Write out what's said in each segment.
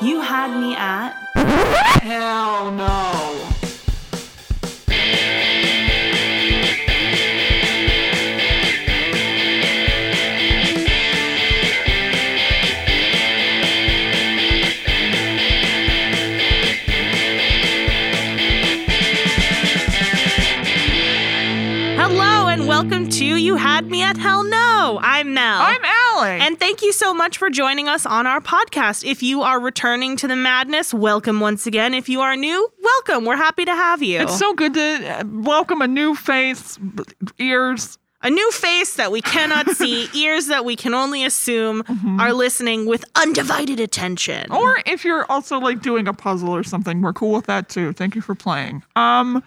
You had me at. Hell no. Hello and welcome to You Had Me at Hell No. I'm Mel. I'm Allie. and thank you so much for joining us on our podcast. If you are returning to the madness, welcome once again. If you are new, welcome. We're happy to have you. it's so good to uh, welcome a new face, b- ears. a new face that we cannot see, ears that we can only assume Mm-hmm. are listening with undivided attention. Or if you're also like doing a puzzle or something, we're cool with that too. Thank you for playing. Um,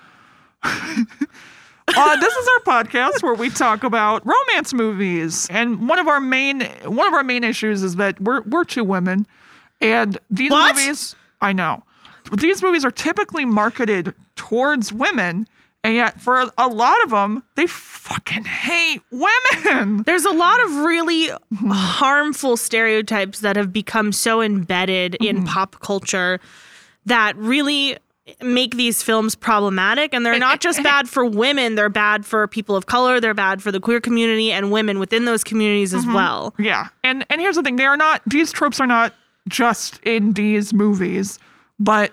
uh, this is our podcast where we talk about romance movies, and one of our main one of our main issues is that we're we're two women, and these What? movies. I know these movies are typically marketed towards women, and yet for a lot of them, they fucking hate women. There's a lot of really Mm-hmm. harmful stereotypes that have become so embedded Mm-hmm. in pop culture that really make these films problematic. And they're not just bad for women, they're bad for people of color, they're bad for the queer community and women within those communities Mm-hmm. as well. Yeah. And and here's the thing, they are not these tropes are not just in these movies, but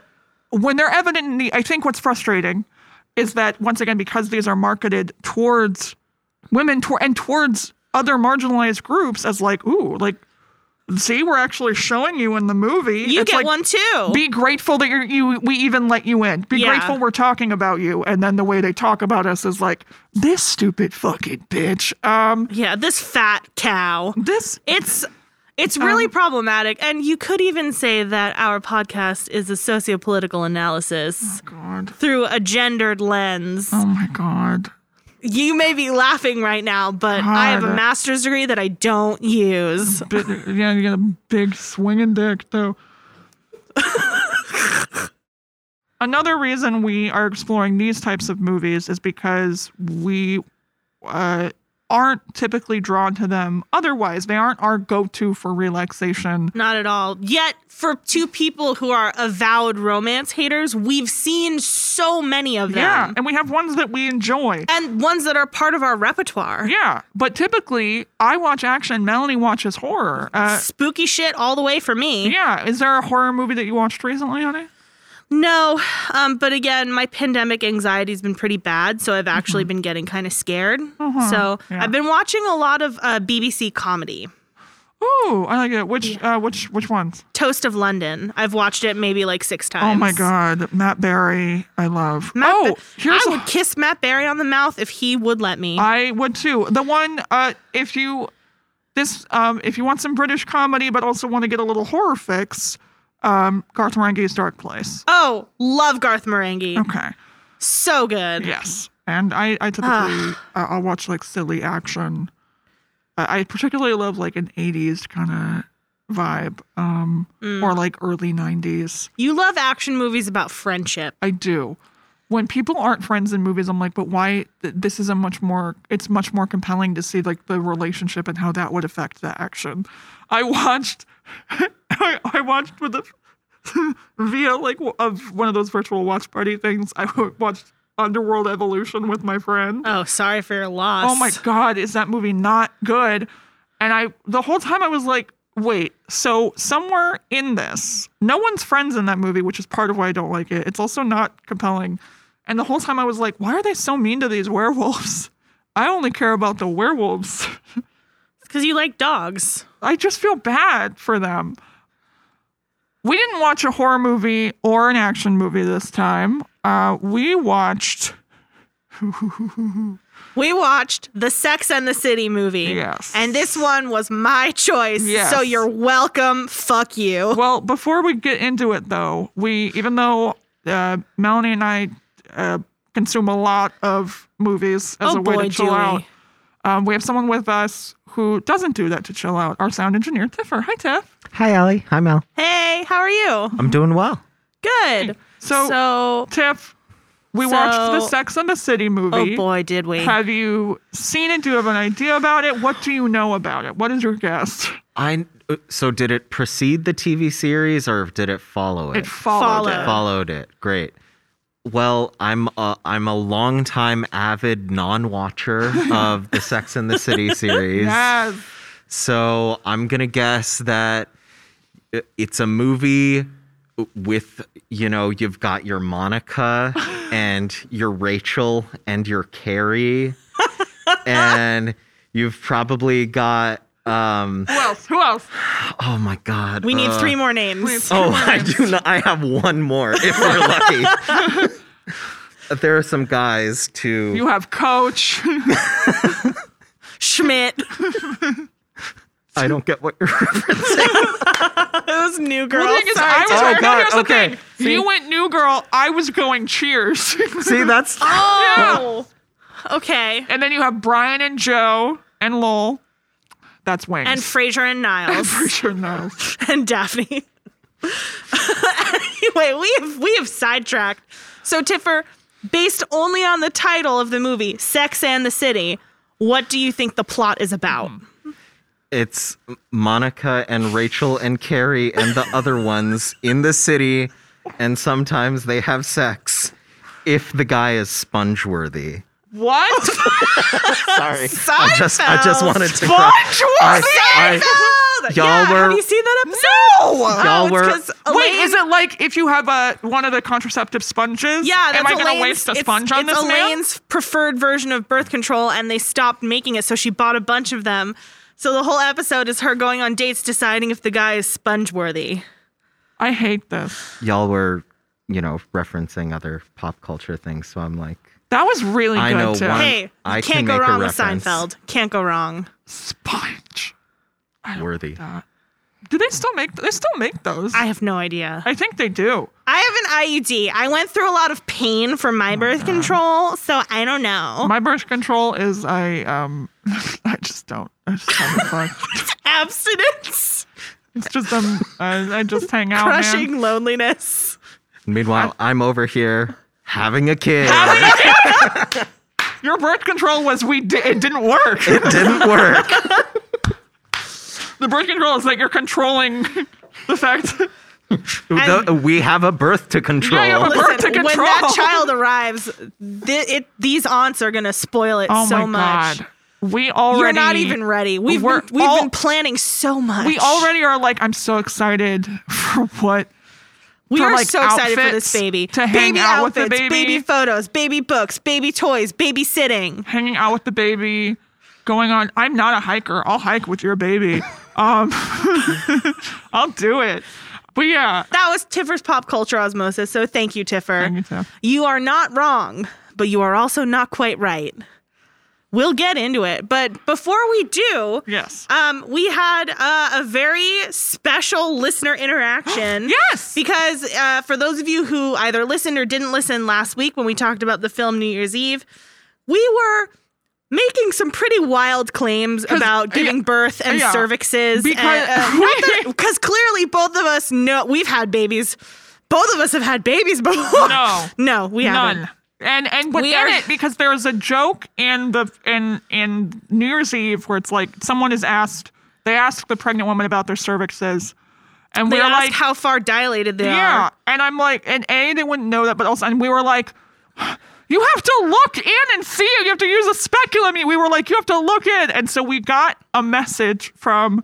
when they're evident in the I think what's frustrating is that once again because these are marketed towards women tor- and towards other marginalized groups as like ooh, like see we're actually showing you in the movie. You It's get like, one too. be grateful that you're, you we even let you in. Be Yeah. grateful we're talking about you. And then the way they talk about us is like this stupid fucking bitch. Um, yeah, this fat cow. this It's. It's Uh-huh. really problematic, and you could even say that our podcast is a sociopolitical Mm. analysis God. through a gendered lens. Oh my god. You may be laughing right now, but I have a Harder. master's degree that I don't use. Bit, yeah, you got a big swinging dick though. Another reason we are exploring these types of movies is because we uh, aren't typically drawn to them otherwise. They aren't our go-to for relaxation. Not at all. Yet, for two people who are avowed romance haters, we've seen so many of them. Yeah, and we have ones that we enjoy. And ones that are part of our repertoire. Yeah, but typically I watch action, Melanie watches horror. Uh, Spooky shit all the way for me. yeah, is there a horror movie that you watched recently, honey? No, um, but again, my pandemic anxiety's been pretty bad, so I've actually been getting kind of scared. So Mm-hmm. Uh-huh. Yeah. I've been watching a lot of uh, BBC comedy. Ooh, I like it. Which uh, which which ones? Toast of London. I've watched it maybe like six times. Oh my God, Matt Berry, I love. Matt oh, Ba- here's I a- Uh, would kiss Matt Barry on the mouth if he would let me. I would too. The one, uh, if you this, um, if you want some British comedy but also want to get a little horror fix, um, Garth Marenghi's Dark Place. oh, love Garth Marenghi. Okay, So good. yes, and I, I typically uh, Ah. I'll watch like silly action. I, I particularly love like an '80s kind of vibe, um, Mm. or like early '90s. You love action movies about friendship. I do. When people aren't friends in movies, I'm like, but why? th- This is a much more. It's much more compelling to see like the relationship and how that would affect the action. I watched. I, I watched with a via like w- of one of those virtual watch party things. I w- watched Underworld Evolution with my friend. Oh, sorry for your loss. Oh my god, is that movie not good? And I the whole time I was like, wait, so somewhere in this, no one's friends in that movie, which is part of why I don't like it. It's also not compelling. And the whole time I was like, why are they so mean to these werewolves? I only care about the werewolves. Because you like dogs. I just feel bad for them. We didn't watch a horror movie or an action movie this time. Uh, we watched We watched the Sex and the City movie. Yes. And this one was my choice. Yes. So you're welcome. Fuck you. Well, before we get into it, though, we even though uh, Melanie and I uh, consume a lot of movies as Oh a way boy, to chill do we. out, um, we have someone with us who doesn't do that to chill out. Our sound engineer, Tiffer. Hi, Tiff. Hi, Allie. Hi, Mel. Hey, how are you? I'm doing well. Good. So- so Tiff, We watched the So- Sex and the City movie. Oh boy, did we. Have you seen it? Do you have an idea about it? What do you know about it? What is your guess? I uh, so did it precede the TV series or did it follow it? It followed. Followed. It. followed it. Great. Well, I'm a, I'm a longtime avid non-watcher of the Sex and the City series. Yes. So I'm gonna guess that i- it's a movie with you know you've got your Monica and your Rachel and your Carrie, and you've probably got um Who else? Who else? oh my god we need uh, three more names. Please. Oh, I do not. I have one more if we're lucky. there are some guys too. You have Coach. Schmidt. I don't get what you're referencing. Those new girls. The thing is, Sorry, I was Tim. Oh, right. God, Here's the okay. thing. You went New Girl. I was going Cheers. See, that's Oh. Okay. and then you have Brian and Joe and Lowell. That's Wayne. And Frasier and Niles for sure no. and Daphne. anyway, we have we have sidetracked. So Tiffer, based only on the title of the movie, Sex and the City, what do you think the plot is about? Hmm. it's Monica and Rachel and Carrie and the other ones in the city, and sometimes they have sex if the guy is sponge worthy. What? Sorry, I just I just Seinfeld. wanted to. Sponge Seinfeld! y'all yeah, were- have you seen that episode? No. Y'all were- Wait, is it like if you have a one of the contraceptive sponges? Yeah, that's Am I gonna Elaine's, waste a it's- sponge on it's this man? Elaine's preferred version of birth control, and they stopped making it, so she bought a bunch of them. So the whole episode is her going on dates, deciding if the guy is sponge worthy. I hate this. Y'all were, you know, referencing other pop culture things, so I'm like, That was really I good know too. one- Hey, you I can't can go make a wrong with reference. Seinfeld. Can't go wrong. sponge. Oh, worthy. Do they still make? They still make those. I have no idea. I think they do. I have an IUD. I went through a lot of pain from Oh my birth control, so I don't know. My birth control is I um I just don't. I just haven't fun. Abstinence, It's just um I, I just hang out. Oh, man. crushing loneliness. Meanwhile, I'm over here having a kid. Your birth control was we di- it didn't work. it didn't work. the birth control is like you're controlling the fact. The- we have a birth to control. Yeah, you have a birth- to Listen, when control. that child arrives, th- it, these aunts are gonna spoil it Oh so my much. god. We already You're not even ready. We've We're been, we've all- been planning so much. We already are like I'm so excited for what we for, are like, so excited for this outfits baby. to hang baby out with outfits, the baby. photos, baby books, baby toys, babysitting. hanging out with the baby going on i'm not a hiker i'll hike with your baby um i'll do it but yeah That was Tiffer's pop culture osmosis. So thank you, Tiffer. Thank you, Tiff. You are not wrong, but you are also not quite right. We'll get into it, but before we do, yes Um, we had uh, a very special listener interaction. Yes! Because uh, for those of you who either listened or didn't listen last week when we talked about the film New Year's Eve, we were making some pretty wild claims about giving uh, yeah, birth and yeah. cervixes. uh, Because- Because clearly both of us know we've had babies. Both of us have had babies before. No. No, we none haven't. and and within are- it because there's a joke in the in in new year's eve where it's like someone is asked they ask the pregnant woman about their cervixes and They we're asked like how far dilated they Yeah. are. And I'm like, and A, they wouldn't know that, but also, and we were like, you have to look in and see. You have to use a speculum. We were like, you have to look in. And so we got a message from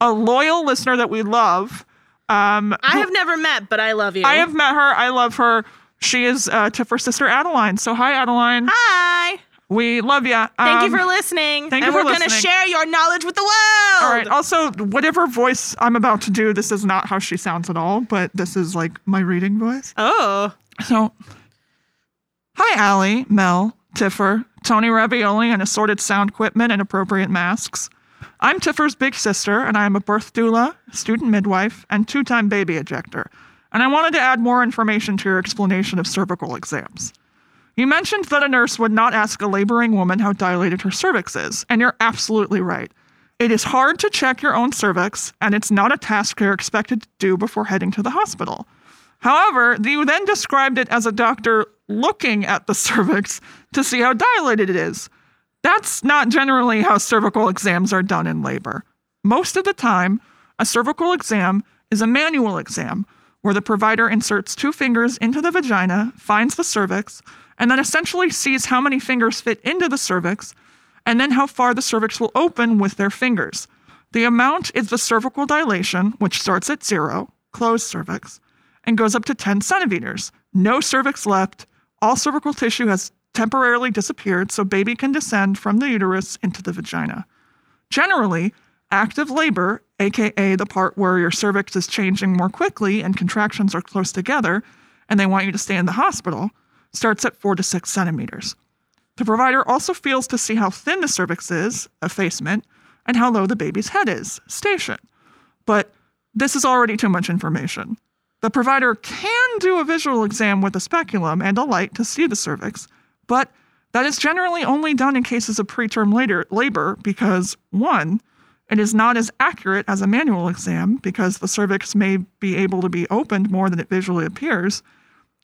a loyal listener that we love. Um, I have never met, but I love you. I have met her. I love her. She is uh, Tiffer's sister, Adeline. So hi, Adeline. Hi. We love you. Thank you for listening. Um, thank and you for we're gonna listening. share your knowledge with the world. All right. Also, whatever voice I'm about to do, this is not how she sounds at all, but this is like my reading voice. Oh. So, hi, Allie, Mel, Tiffer, Tony Ravioli, and assorted sound equipment and appropriate masks. I'm Tiffer's big sister, and I am a birth doula, student midwife, and two time baby ejector. And I wanted to add more information to your explanation of cervical exams. You mentioned that a nurse would not ask a laboring woman how dilated her cervix is, and you're absolutely right. It is hard to check your own cervix, and it's not a task you're expected to do before heading to the hospital. However, you then described it as a doctor looking at the cervix to see how dilated it is. That's not generally how cervical exams are done in labor. Most of the time, a cervical exam is a manual exam where the provider inserts two fingers into the vagina, finds the cervix, and then essentially sees how many fingers fit into the cervix and then how far the cervix will open with their fingers. The amount is the cervical dilation, which starts at zero, closed cervix, and goes up to 10 centimeters. No cervix left. All cervical tissue has temporarily disappeared, so baby can descend from the uterus into the vagina. Generally, active labor, aka the part where your cervix is changing more quickly and contractions are close together, and they want you to stay in the hospital, starts at four to six centimeters. The provider also feels to see how thin the cervix is, effacement, and how low the baby's head is, station. But this is already too much information. The provider can do a visual exam with a speculum and a light to see the cervix, but that is generally only done in cases of preterm later- labor because, one, it is not as accurate as a manual exam because the cervix may be able to be opened more than it visually appears,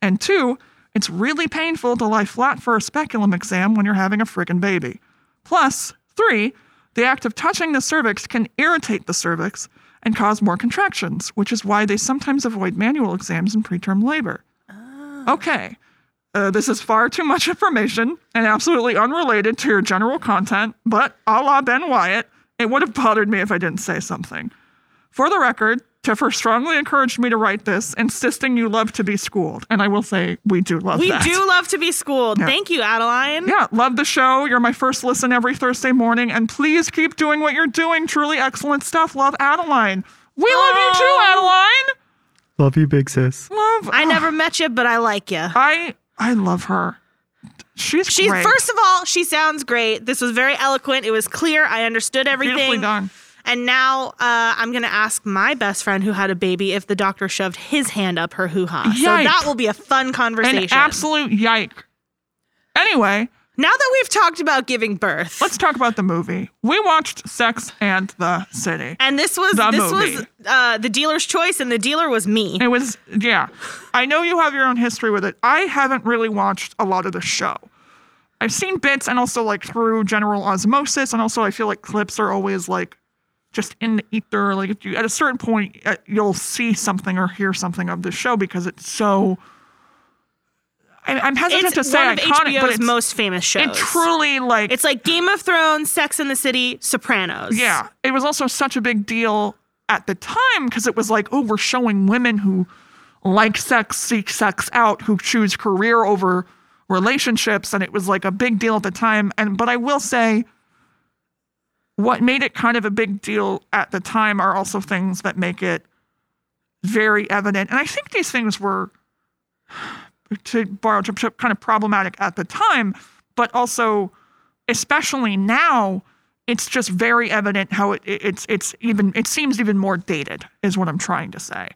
and two, it's really painful to lie flat for a speculum exam when you're having a friggin' baby. Plus, three, the act of touching the cervix can irritate the cervix and cause more contractions, which is why they sometimes avoid manual exams in preterm labor. Okay, uh, this is far too much information and absolutely unrelated to your general content, but a la Ben Wyatt, it would have bothered me if I didn't say something. For the record, Tiffer strongly encouraged me to write this, insisting you love to be schooled. And I will say, we do love We that. do love to be schooled. Thank you, Adeline. Yeah, love the show. You're my first listen every Thursday morning. And please keep doing what you're doing. Truly excellent stuff. Love Adeline. We love you too, Adeline. Love you, big sis. Love I never met you, but I like you. I I love her. She's She's Oh, great. first of all, she sounds great. This was very eloquent. It was clear. I understood beautifully everything. done. And now uh, I'm going to ask my best friend who had a baby if the doctor shoved his hand up her hoo ha. So Yikes. that will be a fun An conversation. absolute yike. Anyway, now that we've talked about giving birth, let's talk about the movie. We watched Sex and the City. and this was The this was movie. uh, the dealer's choice, and the dealer was me. It was, yeah. I know you have your own history with it. I haven't really watched a lot of the show. I've seen bits and also like through general osmosis, and also I feel like clips are always like just in the ether. Like if you, at a certain point, uh, you'll see something or hear something of the show because it's so. I, I'm hesitant It's to say one of iconic, but HBO's it's most famous shows. it truly like It's like Game of Thrones, Sex in the City, Sopranos. yeah, it was also such a big deal at the time because it was like, oh, we're showing women who like sex, seek sex out, who choose career over relationships, and it was like a big deal at the time. And but I will say, what made it kind of a big deal at the time are also things that make it very evident. And I think these things were, to borrow a term, kind of problematic at the time, but also, especially now, it's just very evident how it, it- it's it's even it seems even more dated is what I'm trying to say.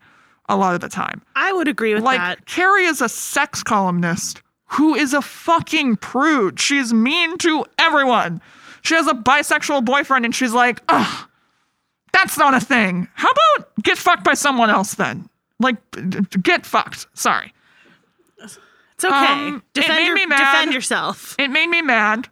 A lot of the time, I would agree with like that. Carrie is a sex columnist who is a fucking prude. She's mean to everyone. She has a bisexual boyfriend, and she's like, ugh, that's not a thing. How about get fucked by someone else then? Like, d- d- get fucked. Sorry. It's okay. um, it defend, made your- me mad. defend yourself. It made me mad,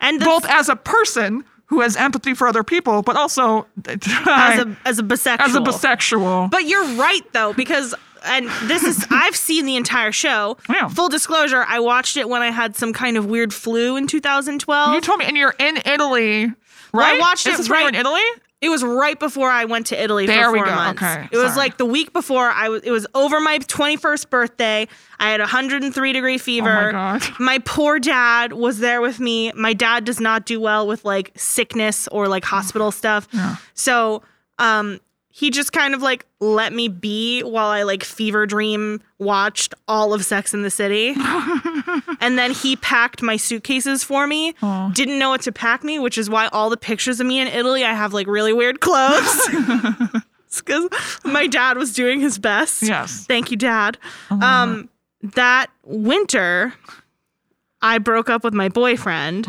And the, both as a person who has empathy for other people, but also as a as a bisexual. as a bisexual. But you're right though, because and this is I've seen the entire show. Yeah. Full disclosure, I watched it when I had some kind of weird flu in 2012. you told me, and you're in Italy, right? watched is it this where right- you're in Italy? it was right before I went to Italy There for we four go. months. Okay. It was Sorry. like the week before I was it was over my 21st birthday. I had 103 degree fever. Oh God. My poor dad was there with me. My dad does not do well with like sickness or like hospital stuff. So, um he just kind of like let me be while I like fever dream watched all of Sex in the City. and then he packed my suitcases for me. Didn't know what to pack me, which is why all the pictures of me in Italy, I have like really weird clothes. Because my dad was doing his best. Yes. Thank you, Dad. Um, that winter, I broke up with my boyfriend,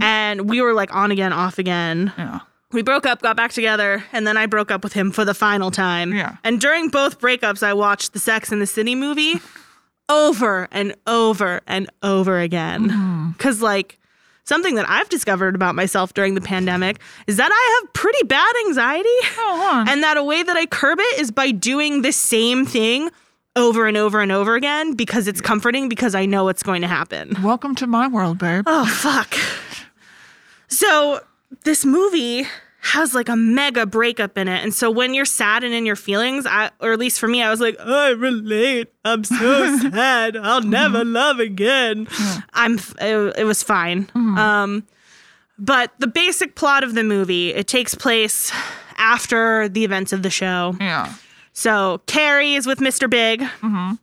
and we were like on again, off again. Yeah. We broke up, got back together, and then I broke up with him for the final time. Yeah. And during both breakups, I watched the Sex and the City movie over and over and over again. Because, like, something that I've discovered about myself during the pandemic is that I have pretty bad anxiety. Oh, huh. And that a way that I curb it is by doing the same thing over and over and over again because it's comforting because I know what's going to happen. Welcome to my world, babe. Oh, fuck. So this movie has like a mega breakup in it. And so when you're sad and in your feelings, I, or at least for me, I was like, I relate. I'm so sad. I'll never love again. I'm, f- it, it was fine. Um, but the basic plot of the movie, it takes place after the events of the show. Yeah. So Carrie is with Mr. Big. Mm-hmm.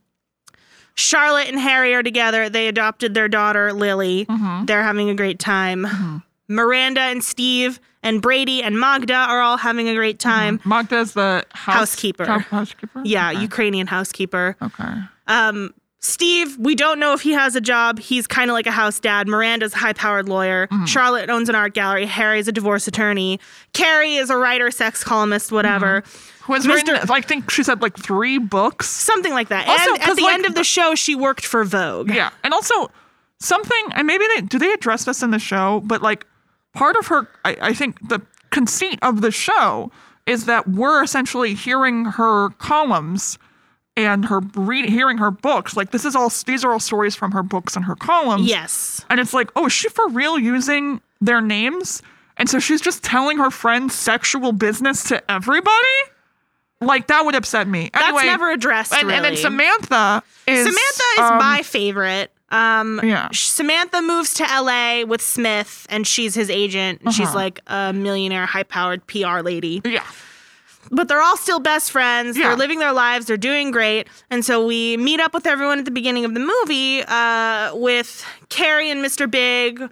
Charlotte and Harry are together. They adopted their daughter, Lily. Mm-hmm. They're having a great time. Miranda and Steve and Brady and Magda are all having a great Mm-hmm. time. Magda's the house- Housekeeper. top housekeeper? Yeah, Okay. Oh. Ukrainian housekeeper. Okay. Um, Steve, we don't know if he has a job. He's kind of like a house dad. Miranda's a high powered lawyer. Mm-hmm. Charlotte owns an art gallery. Harry's a divorce attorney. Carrie is a writer, sex columnist, whatever. Who has written, I think she said like three books. Something like that. Also, and at 'cause, the like, end of the show, she worked for Vogue. Yeah. And also something, and maybe they, do they address this in the show? But like part of her, I, I think the conceit of the show is that we're essentially hearing her columns and her read, hearing her books. Like this is all, these are all stories from her books and her columns. Yes. And it's like, oh, is she for real using their names? And so she's just telling her friends sexual business to everybody? Like, that would upset me. That's Anyway, never addressed. and, and then really. Samantha is. Samantha is um, my favorite. Um, Yeah. Samantha moves to LA with Smith, and she's his agent. and Uh-huh. She's like a millionaire, high-powered PR lady. Yeah. But they're all still best friends. Yeah. They're living their lives. They're doing great. And so we meet up with everyone at the beginning of the movie uh, with Carrie and Mr. Big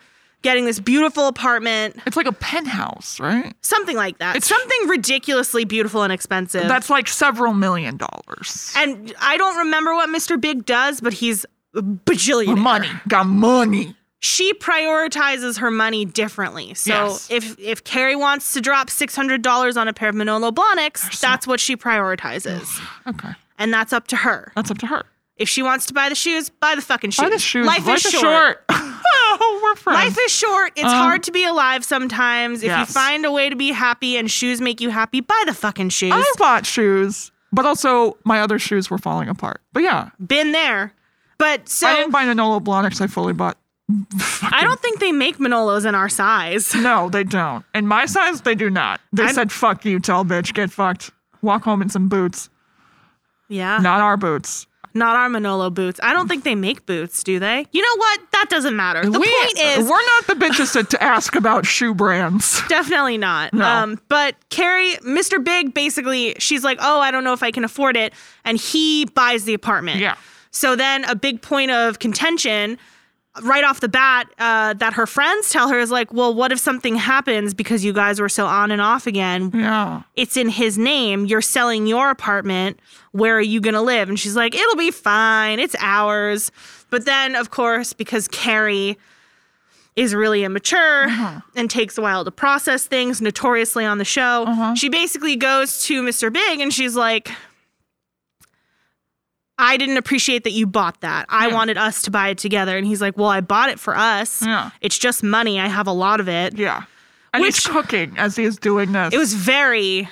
getting this beautiful apartment, It's like a penthouse, right? something like that. It's- something ridiculously beautiful and expensive. That's like several million dollars. and I don't remember what Mr. Big does, but he's a bajillionaire. Money. Got money. she prioritizes her money differently. So Yes. if if Carrie wants to drop six hundred dollars on a pair of Manolo Blahniks, that's what she prioritizes, Okay. and that's up to her. That's up to her. If she wants to buy the shoes, buy the fucking shoes. Buy the shoes. Life, is short. oh, we're friends. Life is short. It's hard to be alive sometimes. If Um, yes. you find a way to be happy and shoes make you happy, buy the fucking shoes. I bought shoes, but also my other shoes were falling apart. But yeah, Been there. But so I didn't buy Manolo Blahniks. I fully bought. I don't think they make Manolos in our size. No, they don't. In my size, they do not. They I'm- said, "Fuck you, tell bitch, get fucked, walk home in some boots, Yeah. not our boots." Not our Manolo boots. I don't think they make boots, do they? You know what? That doesn't matter. The we, point is, we're not the bitches to, to ask about shoe brands. definitely not. Um, but Carrie, Mr. Big, basically, she's like, oh, I don't know if I can afford it. And he buys the apartment. Yeah. So then a big point of contention right off the bat uh, that her friends tell her is like, well, what if something happens because you guys were so on and off again? Yeah, it's in his name. You're selling your apartment. Where are you going to live? And she's like, it'll be fine. It's ours. But then, of course, because Carrie is really immature and takes a while to process things, notoriously on the show, she basically goes to Mr. Big and she's like, I didn't appreciate that you bought that. I wanted us to buy it together. And he's like, Well, I bought it for us. Yeah. It's just money. I have a lot of it. yeah. And he's Which- cooking as he is doing this. It was very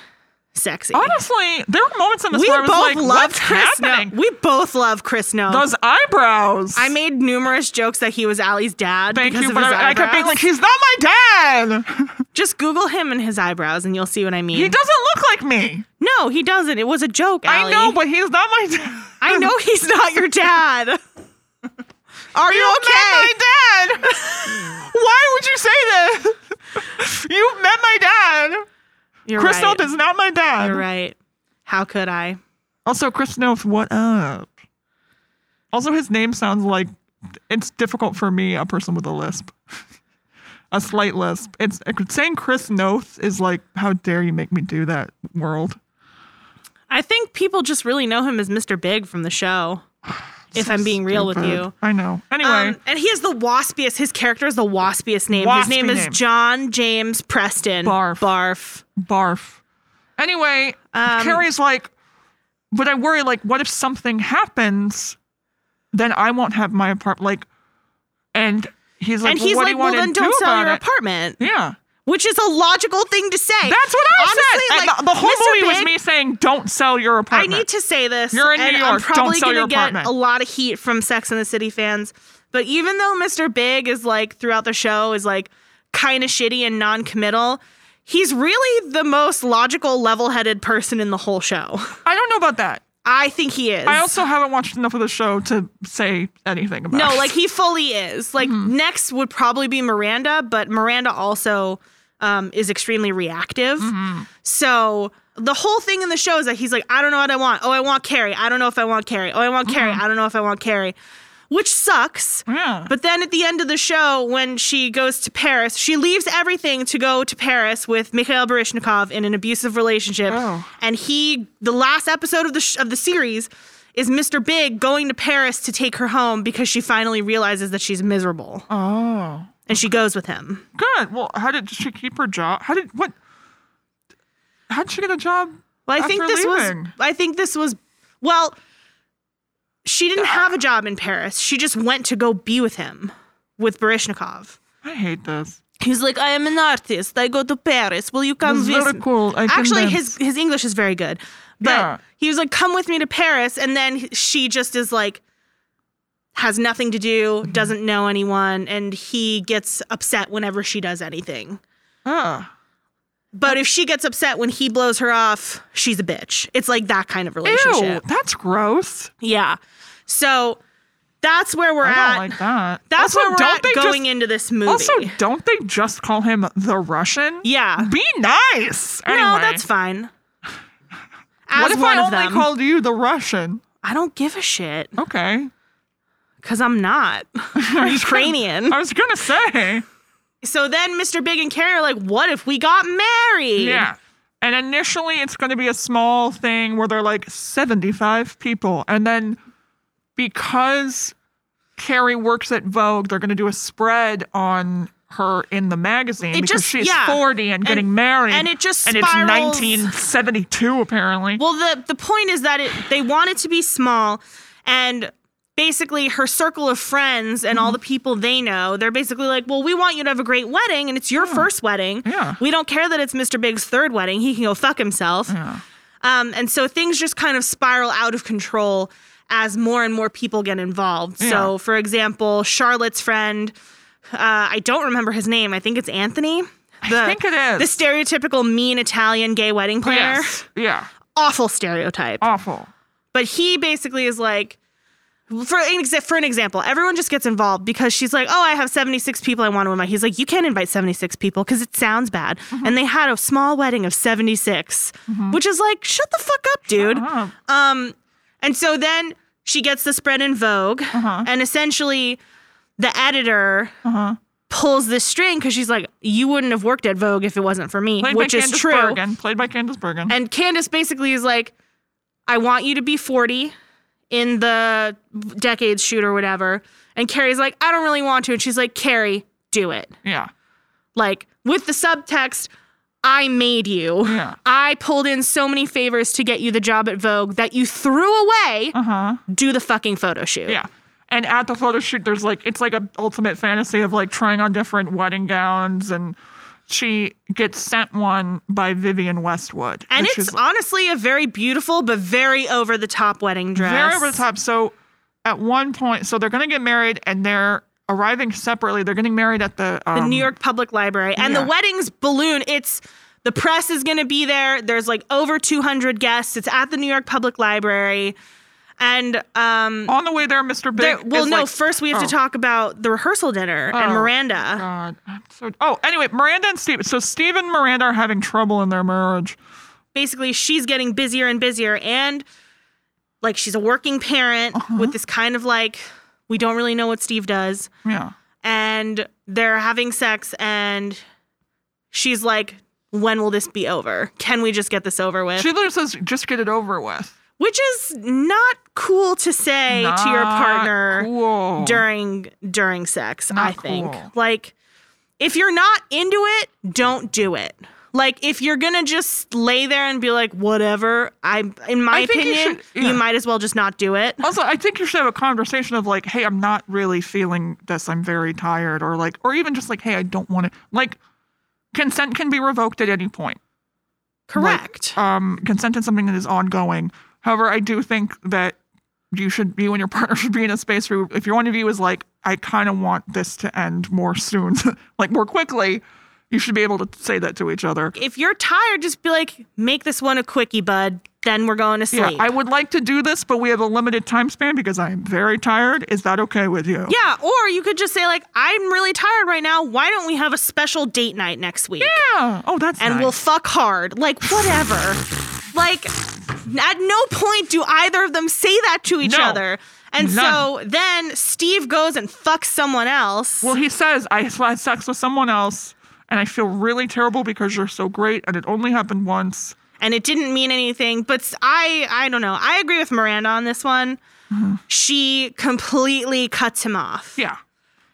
sexy. honestly there were moments in this we where I was both like, love "What's Chris No. happening?" We both love Chris No. Those eyebrows. I made numerous jokes that he was Ali's dad. Thank because you, of but his I, I kept being eyebrows. like, "He's not my dad. just Google him and his eyebrows, and you'll see what I mean. He doesn't look like me. no, he doesn't. It was a joke. I Ally. know, but he's not my dad." I know he's not your dad. Are you, You okay? met my dad. Why would you say this? you met my dad. You're Chris right. Noth is not my dad. You're right. How could I? Also, Chris Noth, what up? Also, his name sounds like it's difficult for me, a person with a lisp, a slight lisp. It's saying Chris Noth is like, how dare you make me do that, world? I think people just really know him as Mr. Big from the show. If I'm being real with Stupid. you. I know. Anyway, Um, and he is the waspiest. His character is the waspiest name. Waspy His name is name. John James Preston. Barf. Barf. barf. Anyway, um, Carrie's like, but I worry, like, what if something happens? then I won't have my apartment. Like, and he's like, and well, he's what like, do you well, want then to don't do sell about your it? apartment, Yeah. which is a logical thing to say. That's what I Honestly, said. And Like, the, the whole Mr. movie was Big, me saying, "Don't sell your I apartment." need to say this. You're in New and I'm York. Don't probably sell gonna your get apartment. a lot of heat from Sex and the City fans. But even though Mr. Big is like throughout the show is like kind of shitty and non-committal, he's really the most logical, level-headed person in the whole show. I don't know about that. I think he is. I also haven't watched enough of the show to say anything about. No, it. like he fully is. Like next would probably be Miranda, but Miranda also um, is extremely reactive. So the whole thing in the show is that he's like, I don't know what I want. Oh, I want Carrie. I don't know if I want Carrie. Oh, I want Carrie. I don't know if I want Carrie, which sucks. Yeah. But then at the end of the show, when she goes to Paris, she leaves everything to go to Paris with Mikhail Baryshnikov in an abusive relationship. Oh. And he, the last episode of the sh- of the series, is Mr. Big going to Paris to take her home because she finally realizes that she's miserable, oh, and she goes with him. good. Well, how did she keep her job? How did what? How did she get a job? Well, I think After this was. leaving. I think this was. Well, she didn't have a job in Paris. She just went to go be with him, with Baryshnikov. I hate this. He's like, I am an artist. I go to Paris. Will you come This is with very me?" cool. I can Actually, dance. his his English is very good. But Yeah. he was like, come with me to Paris. And then he- she just is like, has nothing to do, Mm-hmm. doesn't know anyone. And he gets upset whenever she does anything. Ah. But if she gets upset when he blows her off, she's a bitch. It's like that kind of Ew, relationship. that's gross. Yeah. So that's where we're I at. don't like that. that's also, where we're don't at they going just, into this movie. Also, don't they just call him the Russian? yeah. Be nice. No, Anyway. that's fine. As What if one I of only them, called you the Russian? I don't give a shit Okay. because I'm not I'm Ukrainian. I was gonna say. So then Mr. Big and Karen are like, "What if we got married?" Yeah. And initially, it's going to be a small thing where they're like 75 people. And then because Carrie works at Vogue, they're going to do a spread on her in the magazine It because just- she's yeah. 40 and, getting married. and it just And it's spirals- 1972, apparently. Well, the the point is that it they want it to be small, and basically her circle of friends and all Mm-hmm. the people they know, they're basically like, "Well, we want you to have a great wedding, and it's your first wedding. Yeah. We don't care that it's Mr. Big's third wedding. He can go fuck himself." yeah. Um, and so things just kind of spiral out of control as more and more people get involved. So, Yeah. for example, Charlotte's friend, uh, I don't remember his name, I think it's Anthony. The, I think it is. Oh, The stereotypical mean Italian gay wedding planner. Yes. Yeah. Awful stereotype. Awful. But he basically is like, for an, exa- for an example, everyone just gets involved because she's like, oh, I have 76 people I want to invite. He's like, you can't invite 76 people because it sounds bad. And they had a small wedding of 76, which is like, Mm-hmm. shut the fuck up, dude. Huh. Um, and so then she gets the spread in Vogue, and essentially the editor pulls this string because she's like, "You wouldn't have worked at Vogue if it wasn't for me," Played which by is Candace true. Bergen. Played by Candace Bergen. And Candace basically is like, "I want you to be forty in the decades shoot or whatever." And Carrie's like, "I don't really want to," and she's like, "Carrie, do it." yeah. like with the subtext I made you. Yeah. I pulled in so many favors to get you the job at Vogue that you threw away. Uh-huh. Do the fucking photo shoot. Yeah. And at the photo shoot, there's like it's like a ultimate fantasy of like trying on different wedding gowns, and she gets sent one by Vivian Westwood, And which it's is honestly a very beautiful but very over the top wedding dress. very over the top. So at one point, so they're gonna get married, and they're arriving separately. They're getting married at the, um, The New York Public Library. And yeah. the wedding's balloon. It's the press is going to be there. There's like over 200 guests. It's at the New York Public Library. And um on the way there. Mr. Big, there, well is no, like- first we have oh. to talk about the rehearsal dinner and Oh, Miranda. God, I'm so. Oh, anyway, Miranda and Steve. So Steve and Miranda are having trouble in their marriage. basically she's getting busier and busier and like she's a working parent Uh-huh. with this kind of like we don't really know what Steve does Yeah. and they're having sex and she's like when will this be over? Can we just get this over with? She literally says, "Just get it over with." Which is not cool to say to your Not partner cool. during during sex, Not I think. cool. Like if you're not into it, don't do it. Like if you're gonna just lay there and be like whatever, I in my I think you opinion, should- yeah. Oh, you might as well just not do it. Also, I think you should have a conversation of like, hey, I'm not really feeling this. I'm very tired, or like, or even just like, hey, I don't want to. Like, consent can be revoked at any point. Correct. Um, consent is something that is ongoing. However, I do think that you should, you and your partner should be in a space where if your one of you is like, I kind of want this to end more soon, like more quickly, you should be able to say that to each other. if you're tired, just be like, make this one a quickie, bud. Then we're going to sleep. Yeah, I would like to do this, but we have a limited time span because I am very tired. Is that okay with you? Yeah, or you could just say like, "I'm really tired right now. Why don't we have a special date night next week?" Yeah. Oh, that's and nice. we'll fuck hard. Like whatever. like at no point do either of them say that to each No. other. And None. so then Steve goes and fucks someone else. Well, he says, I had sex with someone else, and I feel really terrible because you're so great, and it only happened once. and it didn't mean anything. But s- I, I don't know. I agree with Miranda on this one. She completely cuts him off. Mm-hmm. Yeah.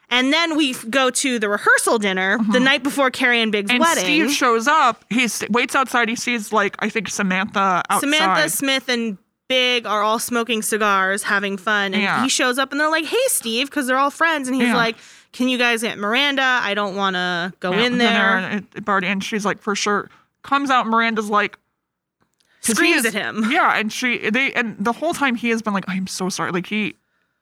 And then we f- go to the rehearsal dinner the night before Carrie and Big's Mm-hmm. And wedding. Steve shows up. He st- waits outside. He sees, like, I think Samantha outside. Samantha Smith and Big are all smoking cigars, having fun, and Yeah. he shows up, and they're like, "Hey, Steve," because they're all friends, and he's Yeah. like, "Can you guys get Miranda? I don't want to go Yeah, in there." and, and Barty, and she's like, for sure. Comes out, Miranda's like, 'cause he Screams is- at him. Yeah, and she, they, and the whole time he has been like, I am so sorry. Like, he,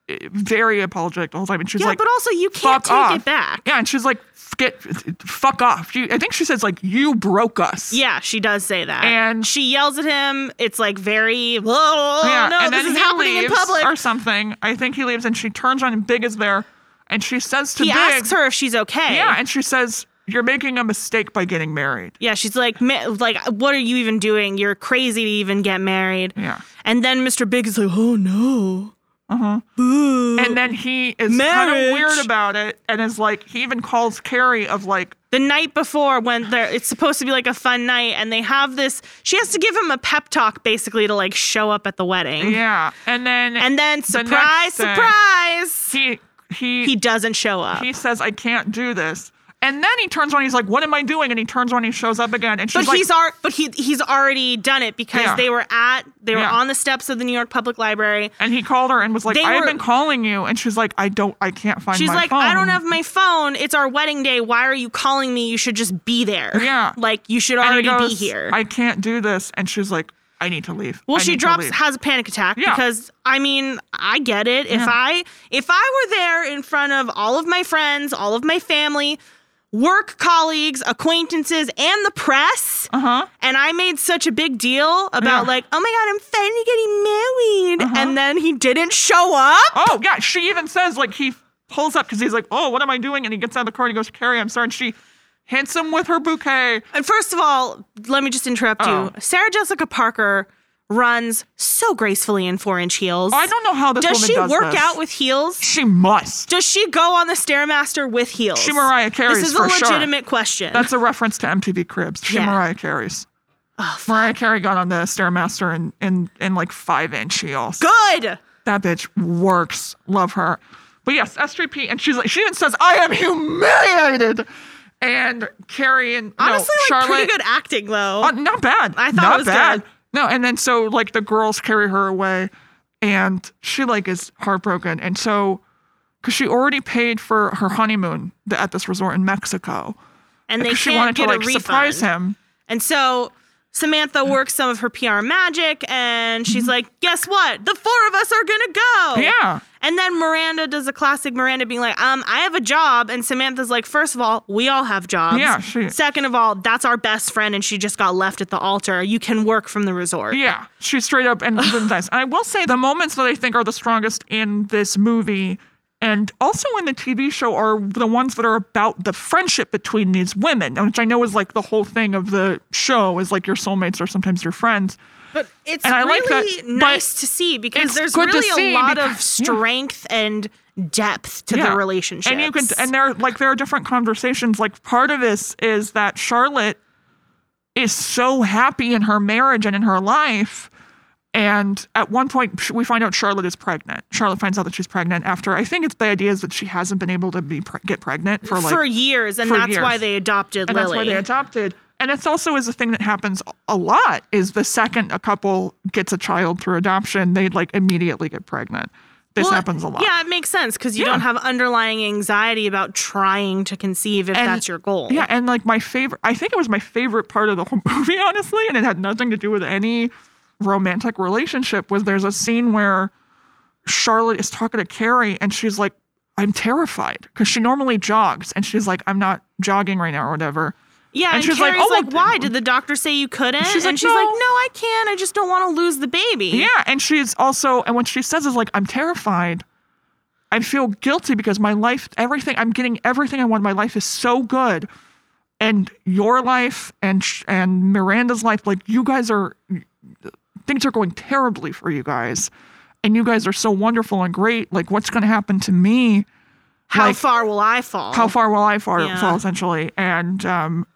eh, very apologetic the whole time. And she's Yeah, like, but also you can't fuck take off. it back. Yeah, and she's like, get, fuck off. You, I think she says, like, you broke us. Yeah, she does say that, And- she yells at him. It's like very, oh no, and this then is he happening in leaves public. or something. I think he leaves, and she turns on him. Big is there, and she says to he Big, asks her if she's okay. yeah, and she says, "You're making a mistake by getting married." Yeah, she's like, "Ma- like, what are you even doing? You're crazy to even get married. Yeah, And then Mr. Big is like, oh no. Uh-huh. and then he is kind Marriage. of weird about it, and is like, he even calls Carrie of like, the night before when they're it's supposed to be like a fun night and they have this she has to give him a pep talk basically to like show up at the wedding yeah, and then and then the next surprise day, surprise he he he doesn't show up he says, "I can't do this." And then he turns on. He's like, "What am I doing?" And he turns on. He shows up again, and she's but like, he's ar- but he he's already done it because Yeah. they were at they were Yeah. on the steps of the New York Public Library and he called her and was like, They "I've were- been calling you," and she's like, "I don't, I can't find She's my like, phone." I don't have my phone. It's our wedding day. Why are you calling me? You should just be there. Yeah. Like, you should And already he be goes, here. I can't do this. And she's like, I need to leave. Well, I she need to drops leave." has a panic attack Yeah. because I mean, I get it. If Yeah. I if I were there in front of all of my friends, all of my family, work colleagues, acquaintances, and the press, Uh-huh. and I made such a big deal about Yeah. Uh-huh. like, oh my god, I'm finally getting married, and then he didn't show up. Oh, yeah. She even says, like, he pulls up because he's like, oh, what am I doing? And he gets out of the car and he goes, Carrie, I'm sorry. And she hits him with her bouquet. And first of all, let me just interrupt Oh. you. Sarah Jessica Parker runs so gracefully in four inch heels. I don't know how this does woman she does work this. out with heels? She must. Does she go on the Stairmaster with heels? She Mariah Carey's This is a for sure. legitimate question. That's a reference to MTV Cribs. She Yeah. Oh, Mariah Carey's. Mariah Carey got on the Stairmaster in, in, in like five inch heels. good. That bitch works. Love her. But yes, S3P, and she's like, she even says, I am humiliated. And Carrie and no, Honestly, like Charlotte, pretty good acting though. Uh, not bad. I thought it not was bad. good. No, and then so like the girls carry her away, and she like is heartbroken, and so because she already paid for her honeymoon th- at this resort in Mexico, and they because she can't wanted get a to like refund. surprise him. And so Samantha Hmm. works some of her PR magic, and she's like, "Guess what? The four of us are gonna go." Mm-hmm. Yeah, And then Miranda does a classic Miranda being like, um, I have a job. And Samantha's like, first of all, we all have jobs. Yeah, she- Second of all, that's our best friend and she just got left at the altar. You can work from the resort. yeah. She straight up and and nice. And I will say the moments that I think are the strongest in this movie. And also in the TV show are the ones that are about the friendship between these women, which I know is like the whole thing of the show is like your soulmates are sometimes your friends. But it's And I like that, really but nice to see because it's there's good to really see a lot of because- yeah. strength and depth to Yeah. the relationship. And you can, and there, like, there are different conversations. Like, part of this is that Charlotte is so happy in her marriage and in her life. And at one point, sh- we find out Charlotte is pregnant. Charlotte finds out that she's pregnant after. I think it's the idea is that she hasn't been able to be pre- get pregnant for like for years, and for that's why years. they adopted and Lily. that's why they adopted. And it's also is a thing that happens a lot is the second a couple gets a child through adoption, they like immediately get pregnant. This Well, happens a lot. Yeah, it makes sense because you Yeah. don't have underlying anxiety about trying to conceive if And- that's your goal. Yeah, and like my favorite, I think it was my favorite part of the whole movie, honestly, and it had nothing to do with any romantic relationship. Was there's a scene where Charlotte is talking to Carrie, and she's like, "I'm terrified," because she normally jogs, and she's like, "I'm not jogging right now or whatever." Yeah, and, And she's like, Carrie's "Oh, like, well, why? Did the doctor say you couldn't? She's and like, she's like, "No." no, I can't. I just don't want to lose the baby. Yeah, and she's also, and what she says is like, "I'm terrified." I feel guilty because my life, everything, I'm getting everything I want. My life is so good. And your life and sh- and Miranda's life, like you guys are, things are going terribly for you guys. And you guys are so wonderful and great. Like, what's going to happen to me? How Like, far will I fall? How far will I far, Yeah. fall, essentially? And, um,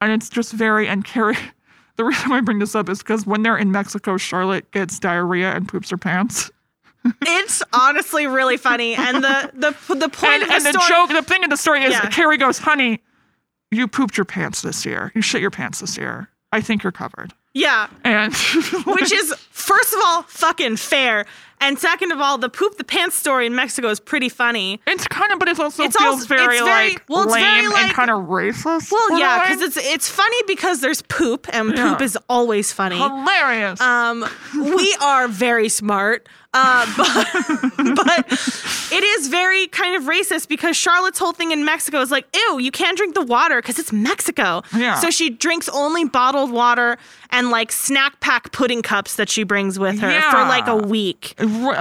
and it's just very, and Carrie, the reason why I bring this up is because when they're in Mexico, Charlotte gets diarrhea and poops her pants. It's honestly really funny, and the the the point and, of and the the story. joke, the thing in the story is Yeah. Carrie goes, "Honey, you pooped your pants this year. You shit your pants this year. I think you're covered." yeah, And which is first of all fucking fair, and second of all, the poop the pants story in Mexico is pretty funny. it's kind of, but it also It's feels also- very it's very- like well, it's lame very, and like- kind of racist. Well, yeah, because borderline. it's it's funny because there's poop, and Yeah. poop is always funny. hilarious. Um, we are very smart, uh, but, but it is very kind of racist because Charlotte's whole thing in Mexico is like, ew, you can't drink the water because it's Mexico. Yeah. So she drinks only bottled water and like snack pack pudding cups that she brings with her for Yeah. like a week, What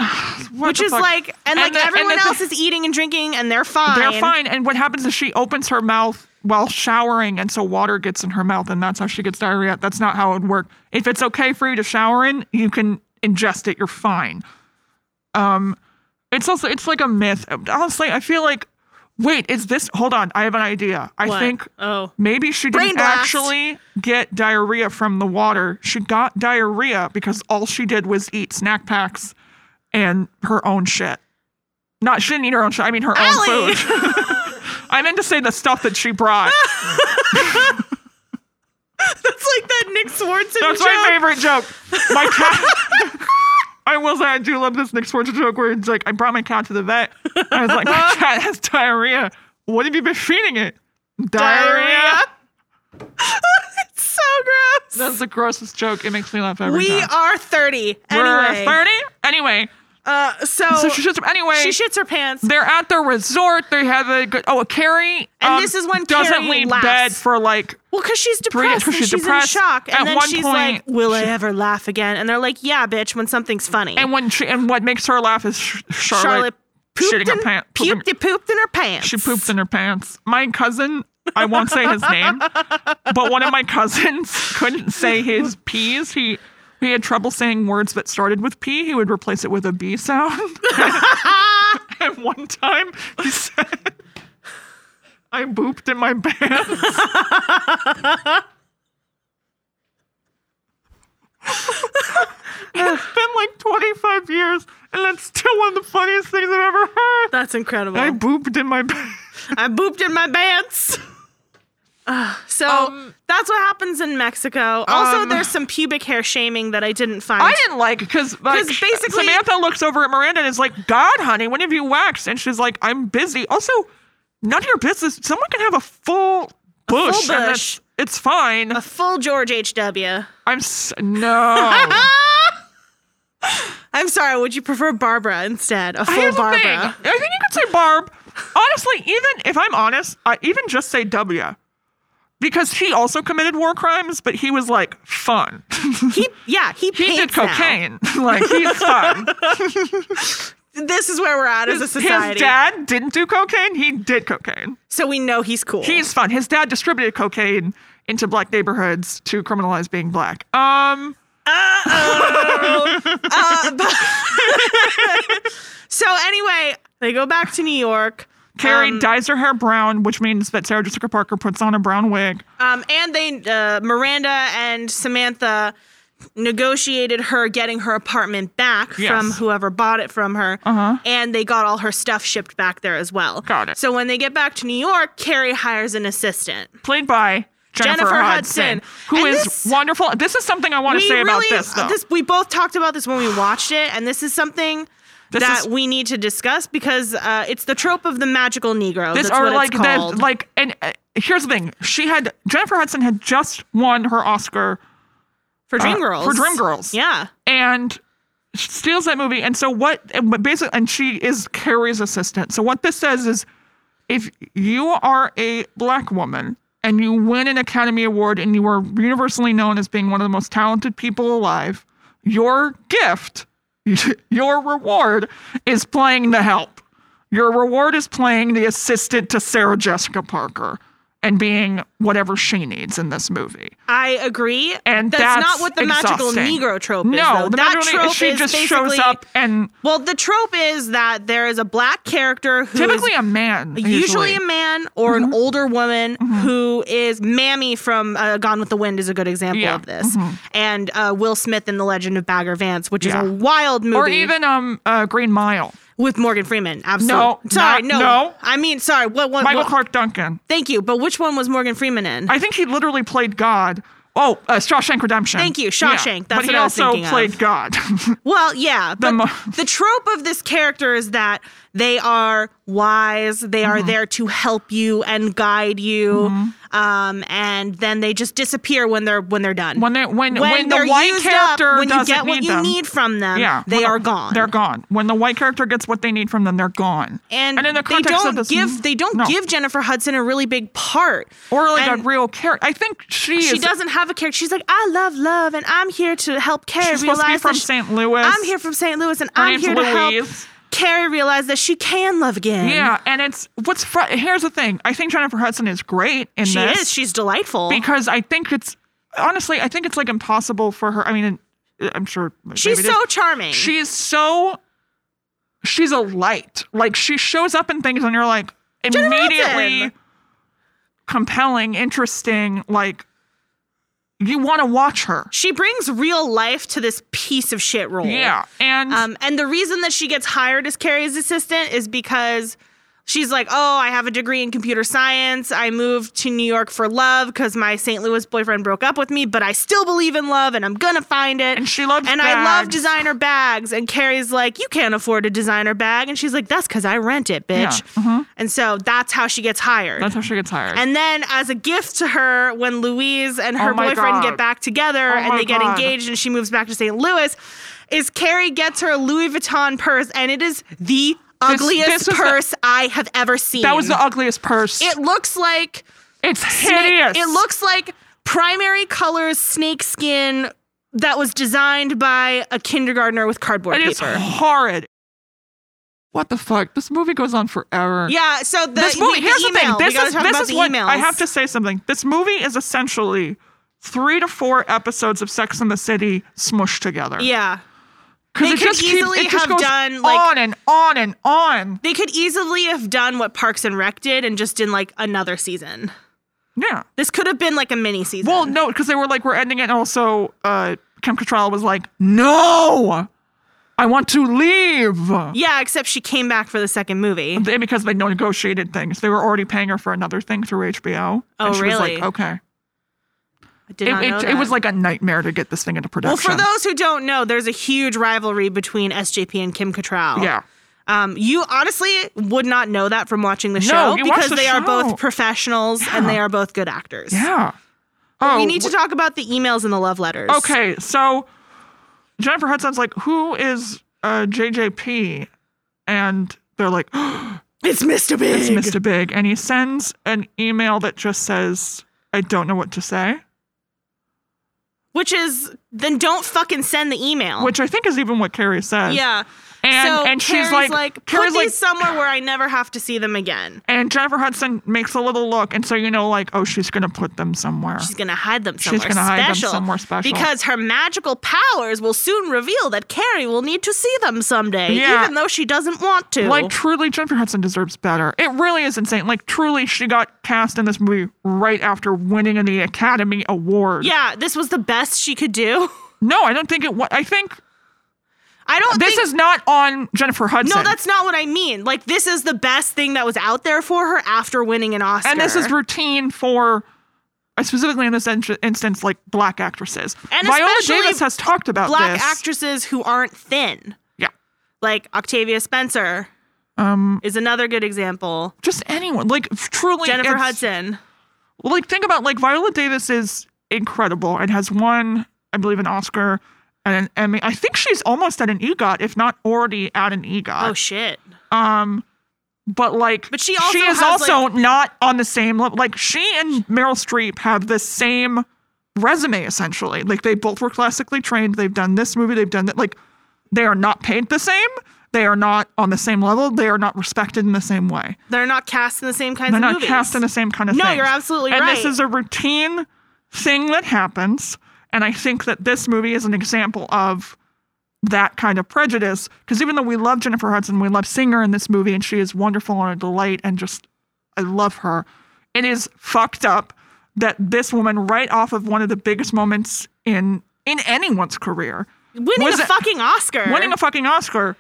which the is fuck? like, and, like the- everyone the- else is eating and drinking and they're fine. They're fine. And what happens is she opens her mouth while showering, and so water gets in her mouth, and that's how she gets diarrhea. That's not how it would work. If it's okay for you to shower in, you can ingest it. You're fine. Um, it's also it's like a myth. Honestly, I feel like. Wait, is this? Hold on, I have an idea. I What? think Oh. maybe she Brain didn't blast. actually get diarrhea from the water. She got diarrhea because all she did was eat snack packs and her own shit. Not she didn't eat her own shit. I mean her Allie! own food. I meant to say the stuff that she brought. That's like that Nick Swartzen joke. That's my favorite joke. My cat. I will say I do love this Nick Swartz joke where it's like I brought my cat to the vet. I was like, my cat has diarrhea. What have you been feeding it? Diarrhea. it's so gross. That's the grossest joke. It makes me laugh every We time. are 30. We're Anyway. thirty. Anyway, Uh, so, so she shits. Anyway, she shits her pants. they're at their resort. They have a good. Oh, Carrie. And um, this is when doesn't Carrie leave laughs. bed for like Well, because she's Three- depressed. 'cause and she's she's depressed. in shock. And At then one she's like, point, Will I she- ever laugh again? And they're like, Yeah, bitch, when something's funny. And when she and what makes her laugh is Sh- Charlotte, Charlotte pooped shitting in, her pants. puked, pooped in her pants. she pooped in her pants. My cousin, I won't say his name, but one of my cousins couldn't say his P's. He he had trouble saying words that started with P. He would replace it with a B sound. and one time he said, "I booped in my pants." it's been like 25 years, and that's still one of the funniest things I've ever heard. That's incredible. I I, booped in my pants. pooped in my pants. Ugh, so that's what happens in Mexico. Also, um, there's some pubic hair shaming that I didn't find. I didn't like because like, 'Cause basically- Samantha looks over at Miranda and is like, "God, honey, when have you waxed?" And she's like, "I'm busy." Also, none of your business. Someone can have a full bush. full and bush. that's- it's fine. A full George H.W. I'm s- no. I'm sorry, would you prefer Barbara instead? A full Here's the thing. Barbara. I think you could say Barb. Honestly, even if I'm honest, I even just say W. Because he also committed war crimes, but he was like fun. He, yeah, he, He did paints now. cocaine. like he's fun. This is where we're at as a His society. dad didn't do cocaine. He did cocaine. so we know he's cool. He's fun. His dad distributed cocaine into black neighborhoods to criminalize being black. Um, so anyway, they go back to New York. Carrie Um, dyes her hair brown, which means that Sarah Jessica Parker puts on a brown wig. Um, and they, uh, Miranda and Samantha negotiated her getting her apartment back Yes. from whoever bought it from her. Uh-huh. And they got all her stuff shipped back there as well. Got it. So when they get back to New York, Carrie hires an assistant. Played by Jennifer, Jennifer Hudson. Hudson, who And is this- wonderful. This is something I want to we say about really- this, though. we both talked about this when we watched it, and this is something This that is- we need to discuss because uh, it's the trope of the magical Negro. this That's are what like it's the called. like and uh, here's the thing she had jennifer hudson had just won her oscar for Dreamgirls. uh, for Dreamgirls. Yeah. and she steals that movie and so what and what basically and she is carrie's assistant so what this says is if you are a black woman and you win an academy award and you are universally known as being one of the most talented people alive your gift your reward is playing the help your reward is playing the assistant to sarah jessica parker and being whatever she needs in this movie I agree. and that's, that's, not what the magical exhausting. Negro trope is. No, though. the that magical trope Negro, she is just basically- shows up and Well, the trope is that there is a black character who is typically a man. usually a man or Mm-hmm. an older woman who is Mammy from uh, Gone with the Wind is a good example Yeah. Mm-hmm. of this, and uh, Will Smith in The Legend of Bagger Vance, which Yeah. is a wild movie, or even um uh, Green Mile, with Morgan Freeman. Absolutely, No, sorry, no, not- no. I mean, sorry. What? What? Michael what- Clark Duncan. thank you, but which one was Morgan Freeman in? I think he literally played God. Oh, uh, Shawshank Redemption. Thank you, Yeah. Shawshank. That's but he what I was also thinking of. played God. Well, yeah, but mo- the trope of this character is that they are wise, they are Mm-hmm. there to help you and guide you, um, and then they just disappear when they're when they're done. When they- when- when the they're white used character up, when you doesn't get what need you them. need from them, yeah, Um, they When the- are gone. They're gone. When the white character gets what they need from them, they're gone. and, in the they context don't of this, give they don't no. give Jennifer Hudson a really big part, or like and a real character. I think she she is. doesn't have a character. She's like, I love love, and I'm here to help Carrie She's realize supposed to be that from she- St. Louis. I'm here from St. Louis, and Her I'm name's here to help Louise. Carrie realize that she can love again. Yeah, and it's what's fr- here's the thing. I think Jennifer Hudson is great in She this. is. She's delightful. because I think it's honestly, I think it's like impossible for her. I mean, I'm sure maybe She's it so is. charming. she's so she's a light. Like she shows up in things, and you're like immediately Hudson. compelling, interesting. Like you want to watch her. she brings real life to this piece of shit role. Yeah, and Um, and the reason that she gets hired as Carrie's assistant is because she's like, oh, I have a degree in computer science. I moved to New York for love because my St. Louis boyfriend broke up with me, but I still believe in love and I'm gonna find it. And she loves And I love bags. designer bags. And Carrie's like, you can't afford a designer bag, and she's like, that's because I rent it, bitch. Yeah, uh-huh. And so that's how she gets hired. that's how she gets hired. And then, as a gift to her, when Louise and her Oh my boyfriend God. get back together Oh and my they get God. engaged and she moves back to St. Louis, is Carrie gets her a Louis Vuitton purse and it is the ugliest this was purse I have ever seen. that was the ugliest purse. It looks like it's snake- hideous. It looks like primary colors snake skin that was designed by a kindergartner with cardboard It is paper. horrid. What the fuck? This movie goes on forever. yeah, so the, this movie. the here's the thing. email, we This gotta is talk this about is the what I emails. have to say. Something. This movie is essentially three to four episodes of Sex in the City smushed together. Yeah. because They it could just easily keeps, it just have goes done, like- on and on and on. They could easily have done what Parks and Rec did and just in like another season. Yeah. This could have been like a mini season. Well, no, because they were like, we're ending it. And also, uh, Kim Cattrall was like, no, I want to leave. yeah, except she came back for the second movie. They- because they negotiated things. They were already paying her for another thing through HBO. Oh, and she was really? like, okay. I did It, not know it, it that. was like a nightmare to get this thing into Well, production. for those who don't know, there's a huge rivalry between SJP and Kim Cattrall. yeah. Um, you honestly would not know that from watching the show you watch because the they are show. both professionals and they are both good actors. Yeah. Oh, We need to talk about the emails and the love letters. okay. So Jennifer Hudson's like, who is uh, JJP? And they're like, It's Mr. Big. it's Mr. Big. And he sends an email that just says, I don't know what to say, Which is then don't fucking send the email. which I think is even what Carrie says. Yeah. And- so and she's Carrie's like- put Carrie's these like- somewhere where I never have to see them again. And Jennifer Hudson makes a little look. And so you know, like, oh, she's going to put them somewhere. She's gonna hide them She's somewhere gonna hide them special. somewhere special. Because her magical powers will soon reveal that Carrie will need to see them someday, Yeah. even though she doesn't want to. Like truly, Jennifer Hudson deserves better. It really is insane. Like truly, she got cast in this movie right after winning the Academy Award. yeah, this was the best she could do. No, I don't think it. wa- I think I don't this think is not on Jennifer Hudson. No, that's not what I mean. Like this is the best thing that was out there for her after winning an Oscar. and this is routine for uh, specifically in this en- instance, like black actresses. And Viola especially Davis has talked about Black this. actresses who aren't thin, yeah, like Octavia Spencer, Um, is another good example. just anyone like truly Jennifer it's- Hudson. Well, like think about like Viola Davis is incredible and has won, I believe, an Oscar and an Emmy. I think she's almost at an EGOT, if not already at an EGOT. Oh shit. but like, But she also is has, also not on the same level. Like she and Meryl Streep have the same resume essentially. Like they both were classically trained. They've done this movie. They've done that. Like they are not paid the same. They are not on the same level. They are not respected in the same way. They're not cast in the same kinds They're of not movies. cast in the same kind of No, thing. you're absolutely and right. this is a routine thing that happens. And I think that this movie is an example of that kind of prejudice. Because even though we love Jennifer Hudson, we love seeing her in this movie, and she is wonderful and a delight, and just I love her. It is fucked up that this woman, right off of one of the biggest moments in in anyone's career, Winning was a it- fucking Oscar. winning a fucking Oscar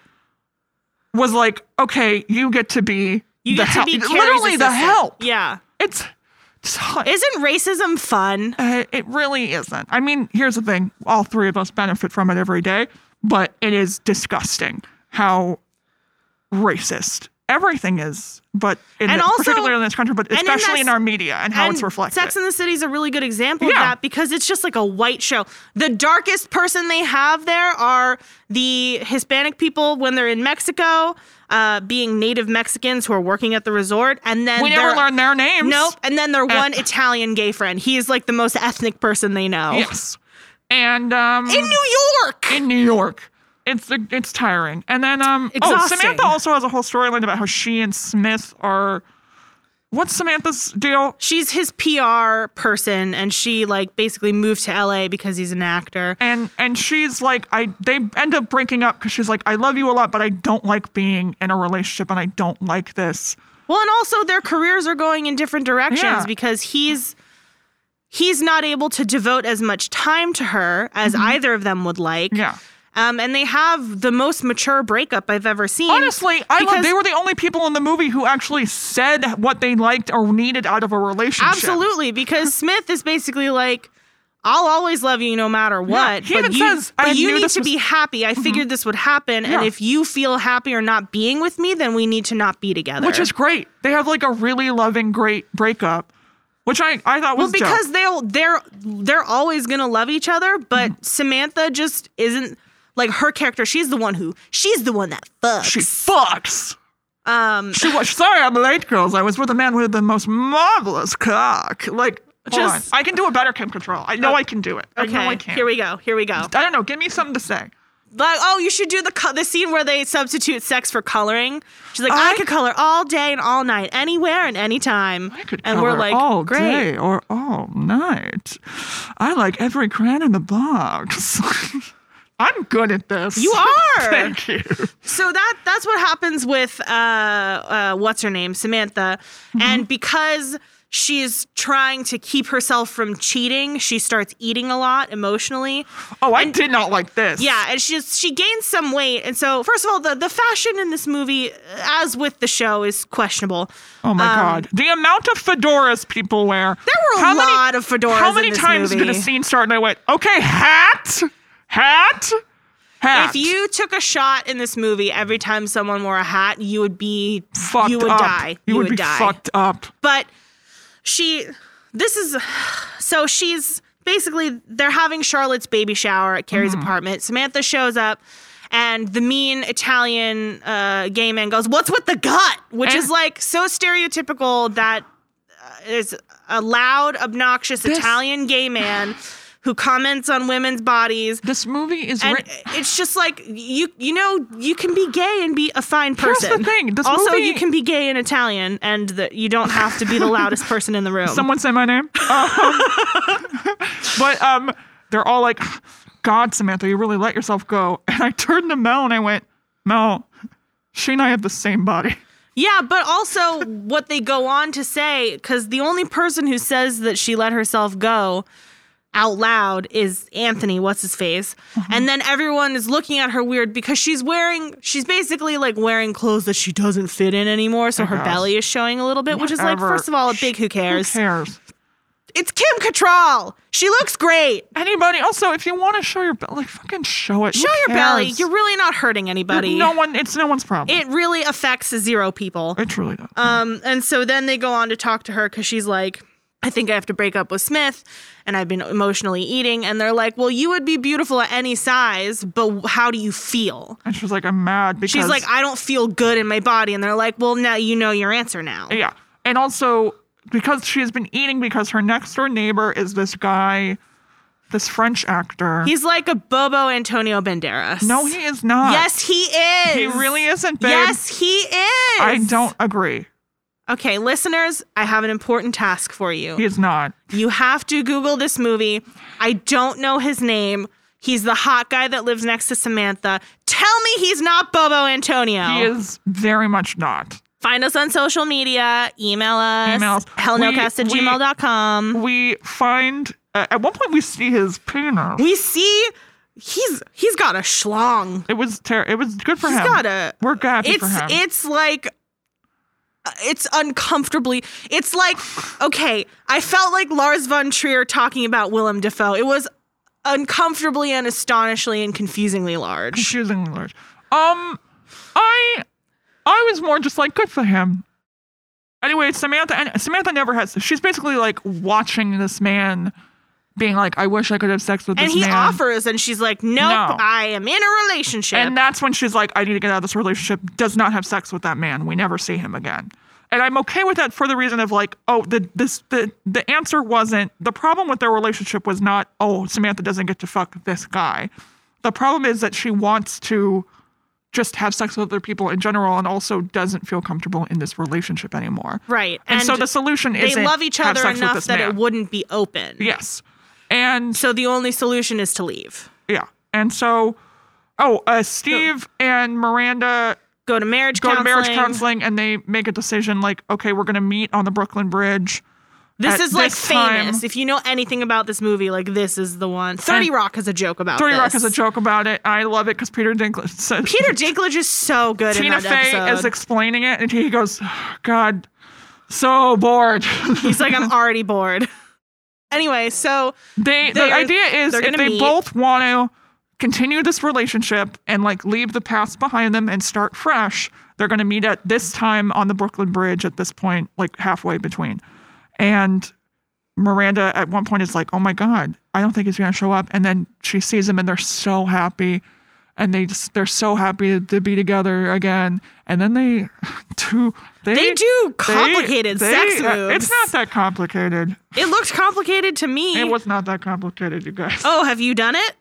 was like, okay, you get to be you the get to help. be Carrie's literally the assistant. help. Yeah. It's, it's Isn't racism fun? uh, it really isn't. I mean, here's the thing: all three of us benefit from it every day, but it is disgusting how racist everything is. But in And the- also- particularly in this country, but in especially in, this- our media and how and it's reflected. Sex in the City is a really good example Yeah. of that because it's just like a white show. The darkest person they have there are the Hispanic people when they're in Mexico, uh, being native Mexicans who are working at the resort, and then we never their- learned their names. Nope, and then their Uh. one Italian gay friend. He is like the most ethnic person they know Yes. And um, in New York. in New York. It's it's tiring. And then um oh Exhausting. Samantha also has a whole storyline about how she and Smith are what's Samantha's deal? She's his PR person, and she like basically moved to LA because he's an actor. And and she's like I they end up breaking up cuz she's like I love you a lot but I don't like being in a relationship and I don't like this. Well, and also their careers are going in different directions Yeah. because he's he's not able to devote as much time to her as either of them would like. Mm-hmm. Yeah. Um, and they have the most mature breakup I've ever seen. Honestly, I love Because- they were the only people in the movie who actually said what they liked or needed out of a relationship. Absolutely, because Smith is basically like, I'll always love you no matter what. he but even you, says, but "I you knew need this to was- Mm-hmm. be happy. I figured this would happen. Yeah. And if you feel happy or not being with me, then we need to not be together. Which is great. They have like a really loving great breakup, which I I thought Well, was dope. because they'll they're they're always gonna love each other, but Mm-hmm. Samantha just isn't like her character. She's the one who she's the one that fucks. She fucks. um, She was sorry I'm late, girls. I was with a man with the most marvelous cock. Like, Just- just I can do a better Kim Control. I know I can do it. I know I okay, can. here we go. Here we go. I don't know. Give me something to say. Like, oh, you should do the co- the scene where they substitute sex for coloring. She's like, I, I- could color all day and all night, anywhere and anytime. I could and cover we're like, all great. day or all night. I like every crayon in the box. I'm good at this. You are. Thank you. so that that's what happens with uh, uh, what's her name Samantha, Mm-hmm. and because she's trying to keep herself from cheating, she starts eating a lot emotionally. Oh, I did not like this. Yeah, and she she gains some weight, and so first of all, the the fashion in this movie, as with the show, is questionable. Oh my god. The amount of fedoras people wear. Um, There were a How many- lot of fedoras. How in many this times movie. did a scene start and I went, okay, hat, hat, hat? If you took a shot in this movie every time someone wore a hat, you would be fucked you would up, die. you, would, be die. fucked up. But she, this is, so she's basically, they're having Charlotte's baby shower at Carrie's Mm-hmm. apartment. Samantha shows up, and the mean Italian uh, gay man goes, What's with the gut? Which And- is like so stereotypical that uh, is a loud, obnoxious Italian gay man who comments on women's bodies. This movie is And writ- it's just like you you know you can be gay and be a fine Here's the person. thing, this also, movie- you can be gay and Italian, and that you don't have to be the loudest person in the room. Someone say my name. Um, but um, they're all like, God, Samantha, you really let yourself go. And I turned to Mel and I went, Mel, she and I have the same body. yeah, but also what they go on to say because the only person who says that she let herself go out loud is Anthony. What's his face? Mm-hmm. And then everyone is looking at her weird because she's wearing she's basically like wearing clothes that she doesn't fit in anymore, so her gosh. belly is showing a little bit, which is like Whatever. first of all a big Who cares? It's Kim Cattrall. She looks great. Anybody also, if you want to show your belly, like fucking show it. Who Show your belly. cares? You're really not hurting anybody. No Mm. one. It's no one's problem. It It, really affects zero people. truly does. Um, and so then they go on to talk to her because she's like, I think I have to break up with Smith, and I've been emotionally eating. And they're like, Well, you would be beautiful at any size, but how do you feel? and she's like, I'm mad because She's like, I don't feel good in my body. And they're like, Well, now you know your answer now. Yeah. And also because she has been eating because her next door neighbor is this guy, this French actor. He's like a Bobo Antonio Banderas. no, he is not. Yes, he is. He really isn't, babe. Yes, he is. I don't agree. Okay, listeners, I have an important task for you. He is not. You have to Google this movie. I don't know his name. He's the hot guy that lives next to Samantha. Tell me he's not Bobo Antonio. He is very much not. Find us on social media. Email us. Email us. Hellnocast at We- we- gmail.com. We find uh, at one point we see his penis. We see he's he's got a schlong. it was ter- It was good for He's him. got a We're happy it's for him. it's like it's uncomfortably it's like okay i felt like lars von trier talking about willem dafoe it was uncomfortably and astonishingly and confusingly large choosing large. Um, I, I was more just like good for him. Anyway, Samantha and Samantha never has. She's basically like watching this man, being like, I wish I could have sex with and this he man. offers and she's like nope No. i am in a relationship and that's when she's like, I need to get out of this relationship. Does not have sex with that man. We never see him again. And I'm okay with that for the reason of like, oh, the this the the answer wasn't the problem with their relationship was not, oh, Samantha doesn't get to fuck this guy. The problem is that she wants to just have sex with other people in general and also doesn't feel comfortable in this relationship anymore. right And, so the solution they is love each have other sex with enough this that it man. wouldn't be open Yes. And so the only solution is to leave yeah. And so oh, uh, Steve and Miranda go to marriage go to counseling marriage counseling and they make a decision like, okay, we're going to meet on the Brooklyn Bridge. This at is like this time- famous. If you know anything about this movie, like this is the one. 30 And- Rock has a joke about 30 Rock this. has a joke about it. I love it because Peter Dinklage says Peter Dinklage is so good Tina in that Fey episode. is explaining it and he goes, "Oh, God, so bored. He's like, I'm already bored. Anyway, so they They're- the idea is they're if gonna they meet. both want to continue this relationship and like leave the past behind them and start fresh, they're going to meet at this time on the Brooklyn Bridge at this point, like halfway between. And Miranda at one point is like, "Oh my god, I don't think he's going to show up." And then she sees him and they're so happy. And they just they're so happy to be together again. And then they do they, they do they- complicated they- sex uh, moves. It's not that complicated. It looked complicated to me. It was not that complicated, you guys. oh, have you done it?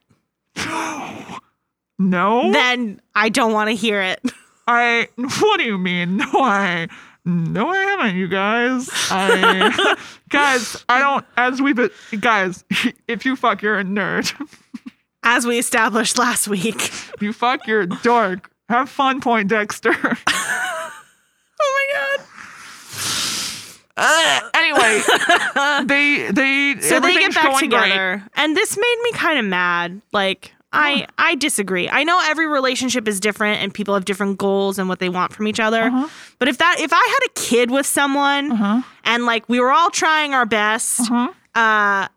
No. Then I don't want to hear it. I what do you mean? No, I no, I haven't. You guys, I guys, I don't. As we've guys, if you fuck, you're a nerd. As we established last week. you fuck, you're a dork. Have fun, Point Dexter. Oh my god. Uh, anyway, they they So they get everything's back going great. together. And this made me kind of mad. Like I I disagree. I know every relationship is different and people have different goals and what they want from each other. Uh-huh. But if that if I had a kid with someone and like we were all trying our best, Uh-huh. uh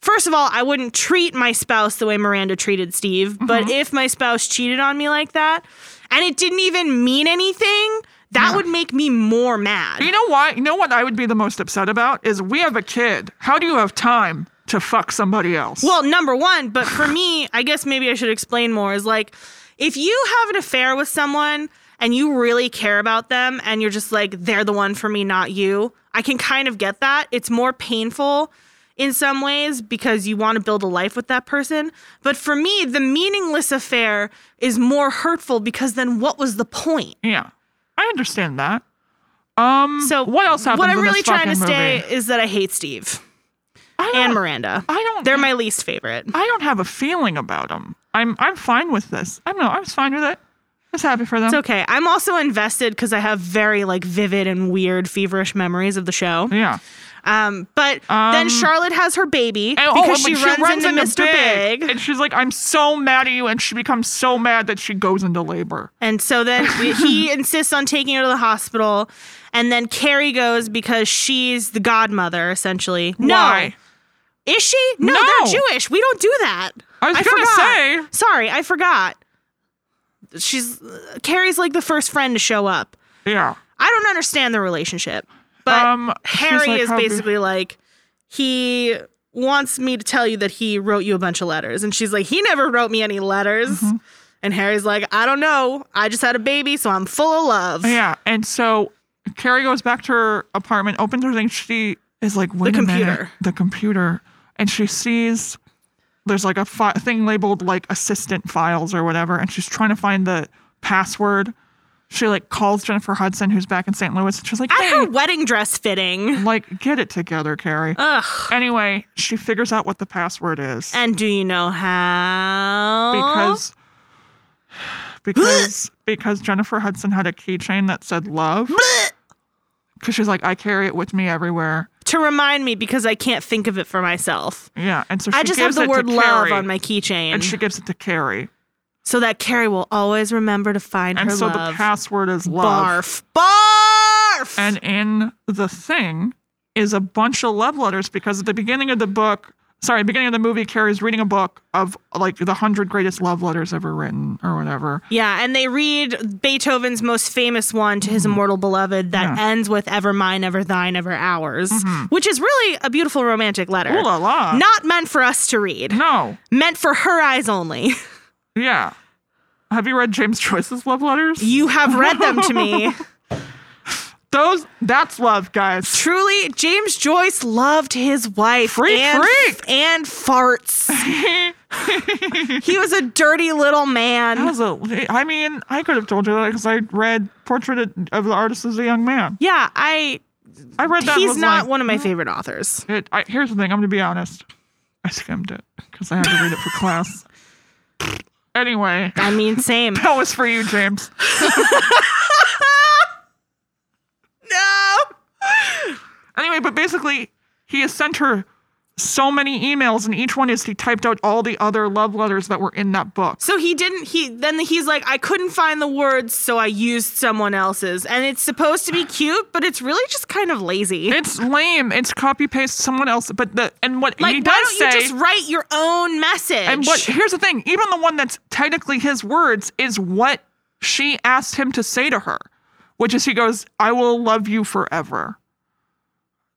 First of all, I wouldn't treat my spouse the way Miranda treated Steve, Uh-huh. but if my spouse cheated on me like that and it didn't even mean anything, that would make me more mad. You know why? You know what I would be the most upset about is we have a kid. How do you have time to fuck somebody else? Well, number one, but for me, I guess maybe I should explain more is like if you have an affair with someone and you really care about them and you're just like, they're the one for me, not you, I can kind of get that. It's more painful in some ways because you want to build a life with that person. But for me, the meaningless affair is more hurtful because then what was the point? yeah, I understand that. Um, So what else happens? What I'm in really this trying to fucking say movie? is that I hate Steve I and don't- Miranda. I don't. They're my least favorite. I don't have a feeling about them. I'm I'm fine with this. I don't know. I was fine with it. I was happy for them. It's okay. I'm also invested because I have very like vivid and weird feverish memories of the show. yeah. Um, but then Charlotte has her baby And- oh, because and she, when runs into, Mr. Big. and she's like, "I'm so mad at you," and she becomes so mad that she goes into labor. And so then he insists on taking her to the hospital. And then Carrie goes because she's the godmother, essentially. No. Why? Is she? No, No. they're Jewish. We don't do that. I was gonna forgot. say. Sorry, I forgot. She's Carrie's like the first friend to show up. Yeah. I don't understand the relationship, but Um, she's Harry like, is "How do-" basically like he wants me to tell you that he wrote you a bunch of letters, and she's like, he never wrote me any letters. Mm-hmm. And Harry's like, I don't know. I just had a baby, so I'm full of love. Yeah. And so Carrie goes back to her apartment, opens her thing. She is like, wait The a minute, computer. the computer. And she sees there's like a fi- thing labeled like assistant files or whatever. And she's trying to find the password. She like calls Jennifer Hudson, who's back in St. Louis. And she's like, At her hey, wedding dress fitting. like, get it together, Carrie. Ugh. Anyway, she figures out what the password is. And do you know how? because because because Jennifer Hudson had a keychain that said love. Because she's like, I carry it with me everywhere. to remind me, because I can't think of it for myself. Yeah, and so she I just have gives the it to word love Carrie, on my keychain, and she gives it to Carrie, so that Carrie will always remember to find and her so love. the password is love. barf, barf. And in the thing is a bunch of love letters because at the beginning of the book, sorry, beginning of the movie, Carrie's reading a book of like the hundred greatest love letters ever written or whatever. Yeah, and they read Beethoven's most famous one to his Mm-hmm. immortal beloved that ends with ever mine, ever thine, ever ours, Mm-hmm. which is really a beautiful romantic letter. Ooh la la. Not meant for us to read, No. meant for her eyes only. Yeah. Have you read James Joyce's love letters? You have read them to me. Those that's love, guys. Truly, James Joyce loved his wife Freak, and, freak. and farts. he was a dirty little That man. was a, I mean, I could have told you that because I read Portrait of the Artist as a Young Man. Yeah, I. I read that. and He's was not like, one of my favorite authors. It, I, here's the thing. I'm gonna be honest. I skimmed it because I had to read it for class. Anyway, I mean, same. that was for you, James. no. Anyway, but basically, he has sent her so many emails, and each one is he typed out all the other love letters that were in that book. So he didn't. He then he's like, I couldn't find the words, so I used someone else's, and it's supposed to be cute, but it's really just kind of lazy. It's lame. It's copy paste someone else. But the and what like, he does why don't say, you just write your own message? And what here's the thing, even the one that's technically his words is what she asked him to say to her, which is he goes, I will love you forever.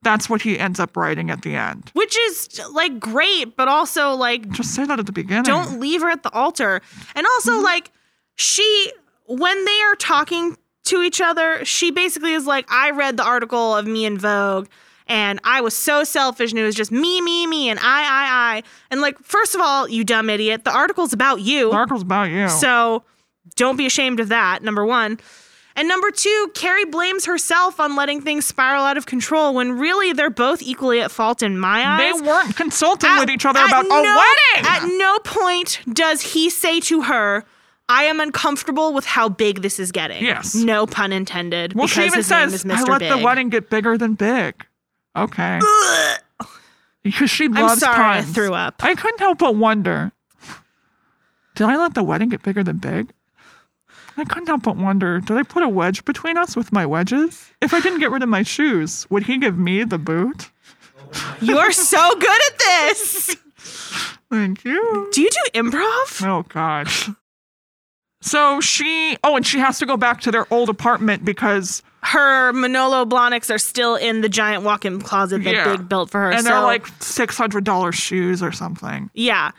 That's what he ends up writing at the end. Which is like great, but also like Just say that at the beginning. don't leave her at the altar. And also, like, she, when they are talking to each other, she basically is like, I read the article of me in Vogue and I was so selfish and it was just me, me, me, and I, I, I. And, like, first of all, you dumb idiot, the article's about you. The article's about you. So don't be ashamed of that, number one. And number two, Carrie blames herself on letting things spiral out of control when really they're both equally at fault in my eyes they weren't consulting at- with each other at about no, a wedding. At no point does he say to her, I am uncomfortable with how big this is getting. Yes. No pun intended. well, because she even his name says, is I Mr. let big. the wedding get bigger than big. Okay. Because she I'm loves sorry, puns. I threw up. I couldn't help but wonder. Did I let the wedding get bigger than big? I couldn't help but wonder. Did I put a wedge between us with my wedges? If I didn't get rid of my shoes, would he give me the boot? You're so good at this. Thank you. Do you do improv? Oh God. So she. Oh, and she has to go back to their old apartment because Her Manolo Blahniks are still in the giant walk-in closet that Yeah. Big built for her. and they're so- like six hundred dollars shoes or something. Yeah.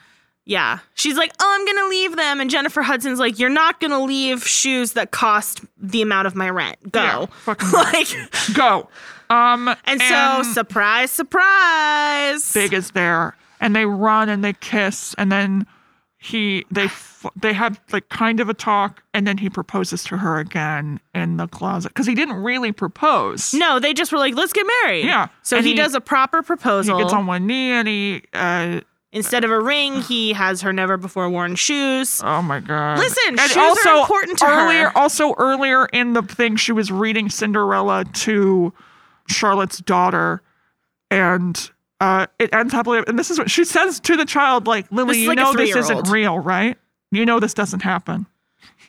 Yeah. She's like, oh, I'm going to leave them. And Jennifer Hudson's like, you're not going to leave shoes that cost the amount of my rent. Yeah, Go. fucking like, Go. Um. and so, surprise, surprise. Big is there, and they run and they kiss, and then he they f- they have like kind of a talk, and then he proposes to her again in the closet because he didn't really propose. No, they just were like, let's get married. Yeah. So And he, he- does a proper He proposal. gets on one knee and he, uh, Instead of a ring, he has her never before worn shoes. oh my god! Listen, and shoes are important to her. earlier, Also, earlier in the thing, she was reading Cinderella to Charlotte's daughter, and uh, it ends happily. And this is what she says to the child: "Like This Lily, is you like a know this isn't three-year-old. real, right? You know this doesn't happen."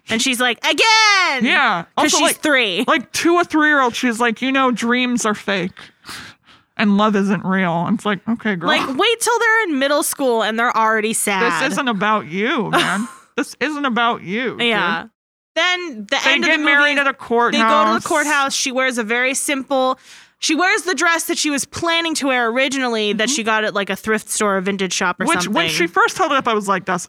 And she's like, again. Yeah. Because Also, she's like, three. like two or three year old, she's like, you know, dreams are fake. and love isn't real. And it's like, okay, girl, Like, wait till they're in middle school and they're already sad. this isn't about you, man. this isn't about you. dude. Yeah. Then the They end get of the married movie, at a they courthouse. go to the courthouse. She wears a very simple. She wears the dress that she was planning to wear originally that she got at like a thrift store or vintage shop or Mm-hmm. Which something. when she first held it up, I was like, that's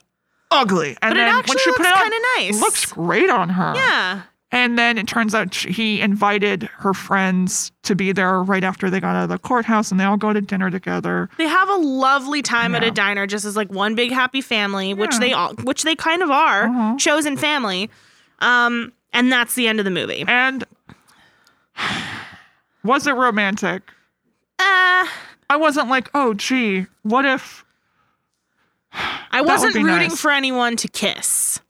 ugly. And But it then actually when she put looks it on, kinda nice. Looks great on her. yeah. And then it turns out she, he invited her friends to be there right after they got out of the courthouse, and they all go to dinner together. They have a lovely time at a Yeah. diner, just as like one big happy family, which Yeah. they all, which they kind of are, Uh-huh. chosen family. Um, and that's the end of the movie. And was it romantic? Uh, I wasn't like, oh, gee, what if I wasn't be rooting nice. for anyone to kiss.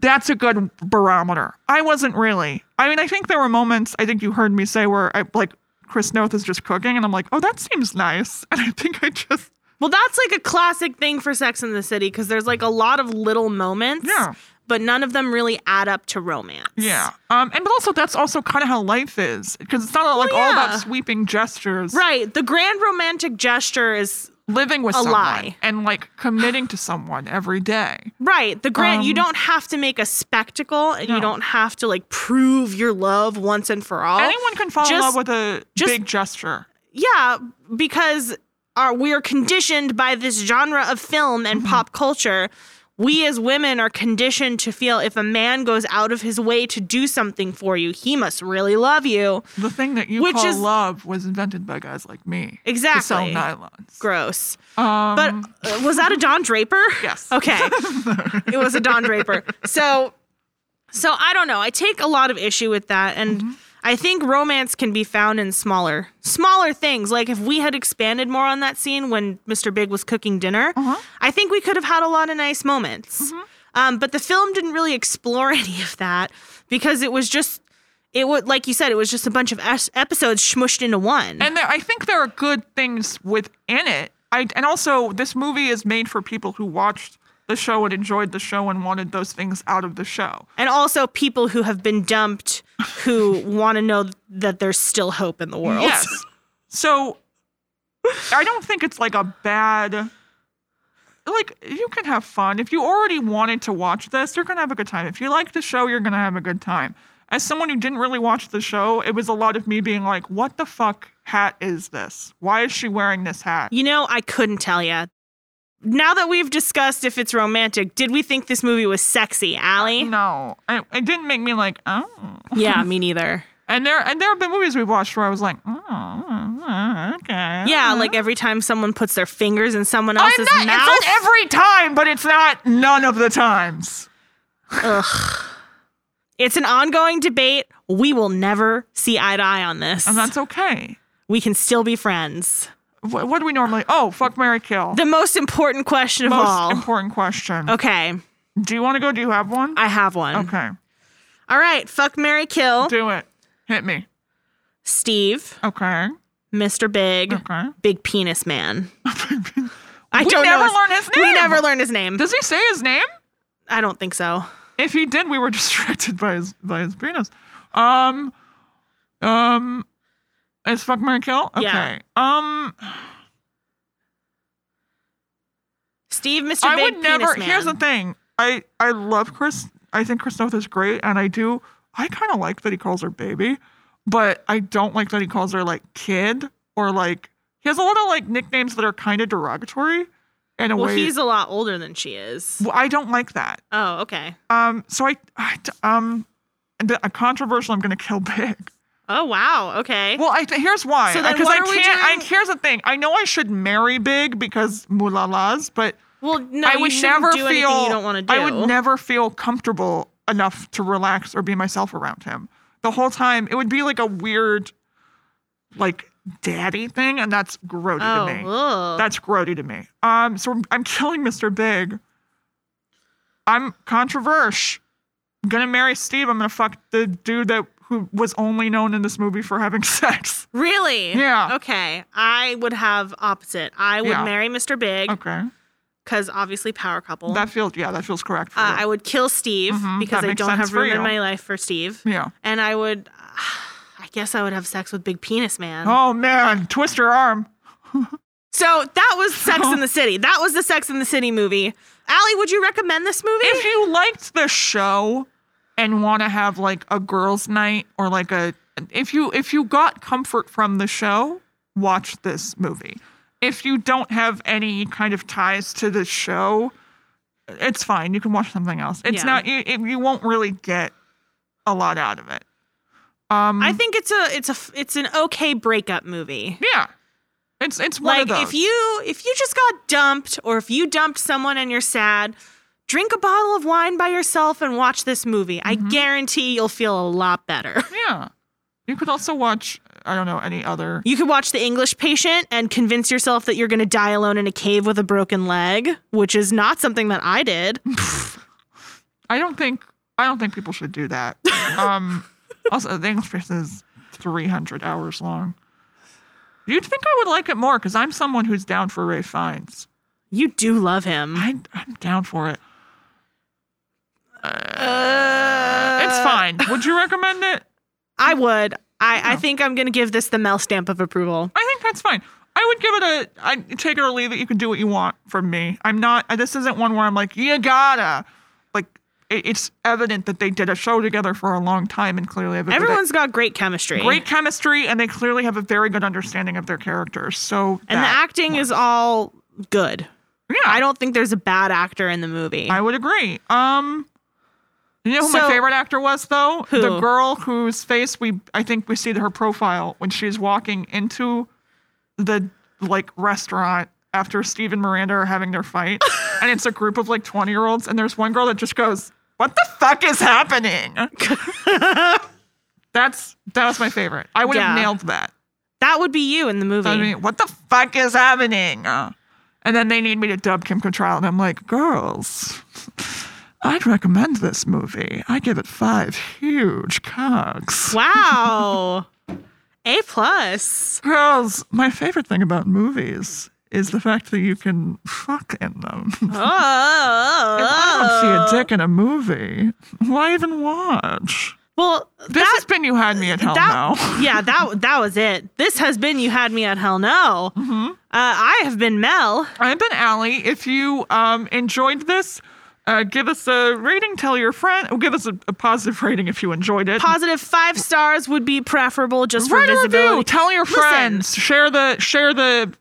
that's a good barometer? I wasn't really. I mean, I think there were moments I think you heard me say where I like Chris Noth is just cooking, and I'm like, oh, that seems nice. And I think I just Well, that's like a classic thing for Sex in the City because there's like a lot of little moments, Yeah. but none of them really add up to romance. yeah. Um, and but also that's also kind of how life is because it's not like all yeah. about sweeping gestures. Right. The grand romantic gesture is living with A someone lie. and like committing to someone every day. right. The grand you Um, don't have to make a spectacle and you No. don't have to like prove your love once and for all. Anyone can fall in just- love with a just- big gesture. Yeah, because our, we are conditioned by this genre of film and pop culture. We as women are conditioned to feel if a man goes out of his way to do something for you, he must really love you. The thing that you Which call is- love was invented by guys like me to sell Exactly. nylons. Gross. Um, But uh, was that a Don Draper? Yes. Okay. it was a Don Draper. So so I don't know. I take a lot of issue with that and Mm-hmm. I think romance can be found in smaller smaller things. Like if we had expanded more on that scene when Mr. Big was cooking dinner, Uh-huh. I think we could have had a lot of nice moments. Mm-hmm. Um, but the film didn't really explore any of that because it was just it would like you said it was just a bunch of es- episodes smushed into one. and there, I think there are good things within it. I and also this movie is made for people who watched the show and enjoyed the show and wanted those things out of the show. and also people who have been dumped who want to know that there's still hope in the world. Yes. So I don't think it's like a bad like you can have fun. If you already wanted to watch this, you're gonna have a good time. If you like the show, you're gonna have a good time. As someone who didn't really watch the show, it was a lot of me being like, what the fuck hat is this? Why is she wearing this hat? You know, I couldn't tell you. Now that we've discussed if it's romantic, did we think this movie was sexy, Allie? No. It, it didn't make me like, oh. Yeah, me neither. And there and there have been movies we've watched where I was like, oh, okay. Yeah, like every time someone puts their fingers in someone else's I'm not, mouth. It's not every time, but it's not none of the times. It's an ongoing debate. We will never see eye to eye on this. And that's okay. we can still be friends. What, what do we normally? Oh, fuck Mary Kill. The most important question of Most all. important question. okay, Do you want to go? Do you have one? I have one. okay. All right, fuck Mary Kill. Do it. Hit me. Steve, Okay. Mr. Big, Okay. Big Penis Man. I We don't know never his- learned his We name. never learned his name. Does he say his name? I don't think so. If he did, we were distracted by his by his penis. Um. Um. Is fuck Mary Kill? Okay. Yeah. Um. Steve, Mr. I Big would never. Penis Man. Here's the thing. I I love Chris. I think Chris Noth is great, and I do. I kind of like that he calls her baby, but I don't like that he calls her like kid or like. He has a lot of like nicknames that are kind of derogatory, in a Well, way. he's a lot older than she is. Well, I don't like that. Oh, okay. Um. So I. I um. The, a controversial. I'm gonna kill big. Oh, wow. Okay. Well, I, here's why. So then Because what I are we can't. I, doing? here's the thing. I know I should marry big because mulalas, but Well, no, I would you shouldn't never do feel anything you don't want to do. I would never feel comfortable enough to relax or be myself around him. The whole time it would be like a weird like daddy thing and that's grody Oh, to me. ugh. That's grody to me. Um so I'm, I'm killing Mr. Big. I'm controversial. I'm gonna marry Steve. I'm gonna fuck the dude that who was only known in this movie for having sex. really? Yeah. Okay. I would have opposite. I would Yeah. marry Mr. Big Okay. because obviously power couple. That feels yeah, that feels correct for uh, I you. would kill Steve Mhm, because that I makes don't sense have for room in you. my life for Steve. yeah. And I would. I guess I would have sex with Big Penis Man. Oh man, twist her arm. So that was Sex in the City. That was the Sex in the City movie. Allie, would you recommend this movie? If you liked the show and want to have like a girls' night or like a if you if you got comfort from the show, watch this movie. If you don't have any kind of ties to the show, it's fine. You can watch something else. It's Yeah. not you it, you won't really get a lot out of it. Um I think it's a it's a f- it's an okay breakup movie. yeah. It's it's one Like of those. if you if you just got dumped or if you dumped someone and you're sad, drink a bottle of wine by yourself and watch this movie. I Mm-hmm. guarantee you'll feel a lot better. Yeah. You could also watch, I don't know, any other. You could watch The English Patient and convince yourself that you're going to die alone in a cave with a broken leg, which is not something that I did. I don't think I don't think people should do that. Um also the English Patient is 300 hours long. You'd think I would like it more cuz I'm someone who's down for Ray Fiennes. You do love him. I I'm down for it. Uh, It's fine. Would you recommend it? I would. I, I think I'm going to give this the Mel stamp of approval. I think that's fine. I would give it a I take it or leave it. You can do what you want from me. I'm not this isn't one where I'm like, you gotta like it, it's evident that they did a show together for a long time and clearly have a good- Everyone's got great chemistry. great chemistry and they clearly have a very good understanding of their characters. So And the that- acting is all good. yeah, I don't think there's a bad actor in the movie. I would agree. Um you know who So- my favorite actor was though? Who? The girl whose face we I think we see her profile when she's walking into the like restaurant after Steve and Miranda are having their fight. and it's a group of like 20 year olds and there's one girl that just goes, What the fuck is happening? That's that was my favorite. I would have Yeah. nailed that. that would be you in the movie. I mean, what the fuck is happening? Uh, And then they need me to dub Kim Cattrall, and I'm like, girls, I'd recommend this movie. I give it five huge cocks. wow. a plus. Girls, my favorite thing about movies is the fact that you can fuck in them. if Oh. I don't see a dick in a movie, why even watch? Well, This that has been you had me at hell that now. yeah that that was it. This has been you had me at hell no. Mm-hmm. Uh, I have been Mel. I've been Allie. If you um, enjoyed this, uh, give us a rating. Tell your friend. oh, Give us a, a positive rating if you enjoyed it. Positive five stars would be preferable just for Write a review. visibility. Tell your friends. Share the share the.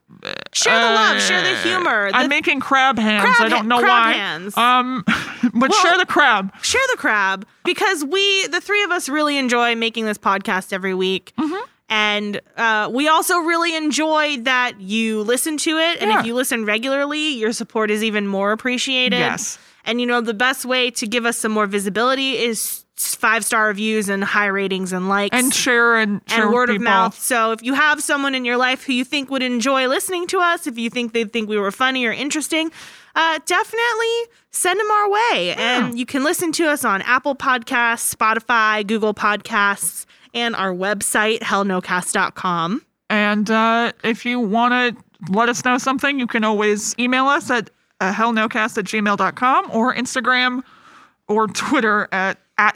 Share the uh, love. Share the humor. I'm the- making crab hands. Crab I don't ha- know crab why. hands. Um, but Well- share the crab. share the crab because we the three of us really enjoy making this podcast every week Mm-hmm. and uh, we also really enjoy that you listen to it and Yeah. if you listen regularly your support is even more appreciated Yes. and you know the best way to give us some more visibility is five star reviews and high ratings and likes And share and share and with word of people. mouth. So if you have someone in your life who you think would enjoy listening to us, if you think they'd think we were funny or interesting, uh, definitely send them our way. And you can listen to us on Apple Podcasts, Spotify, Google Podcasts, and our website, hellnocast.com. And uh, if you want to let us know something, you can always email us at uh, hellnocast at gmail.com or Instagram or Twitter at, at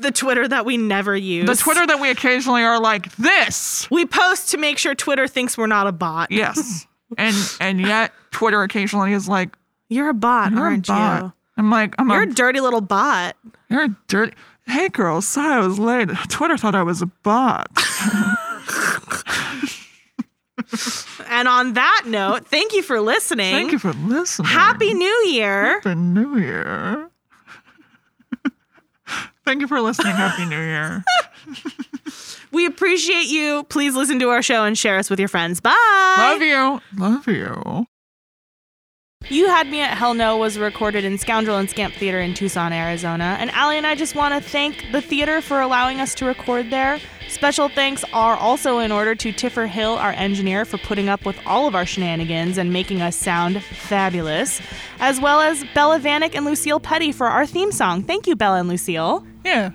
The Twitter that we never use. the Twitter that we occasionally are like, this. We post to make sure Twitter thinks we're not a bot. Yes. and and yet Twitter occasionally is like, You're a bot, you're a aren't bot. Um, you? I'm like, I'm You're a, a dirty little bot. you're a dirty. Hey, girl, sorry I was late. Twitter thought I was a bot. And on that note, thank you for listening. Thank you for listening. Happy New Year. Happy New Year. Thank you for listening. Happy New Year. We appreciate you. Please listen to our show and share us with your friends. Bye. Love you. Love you. You Had Me at Hell No was recorded in Scoundrel and Scamp Theater in Tucson, Arizona. And Allie and I just want to thank the theater for allowing us to record there. Special thanks are also in order to Tiffer Hill, our engineer, for putting up with all of our shenanigans and making us sound fabulous, as well as Bella Vanek and Lucille Petty for our theme song. Thank you, Bella and Lucille. Yeah.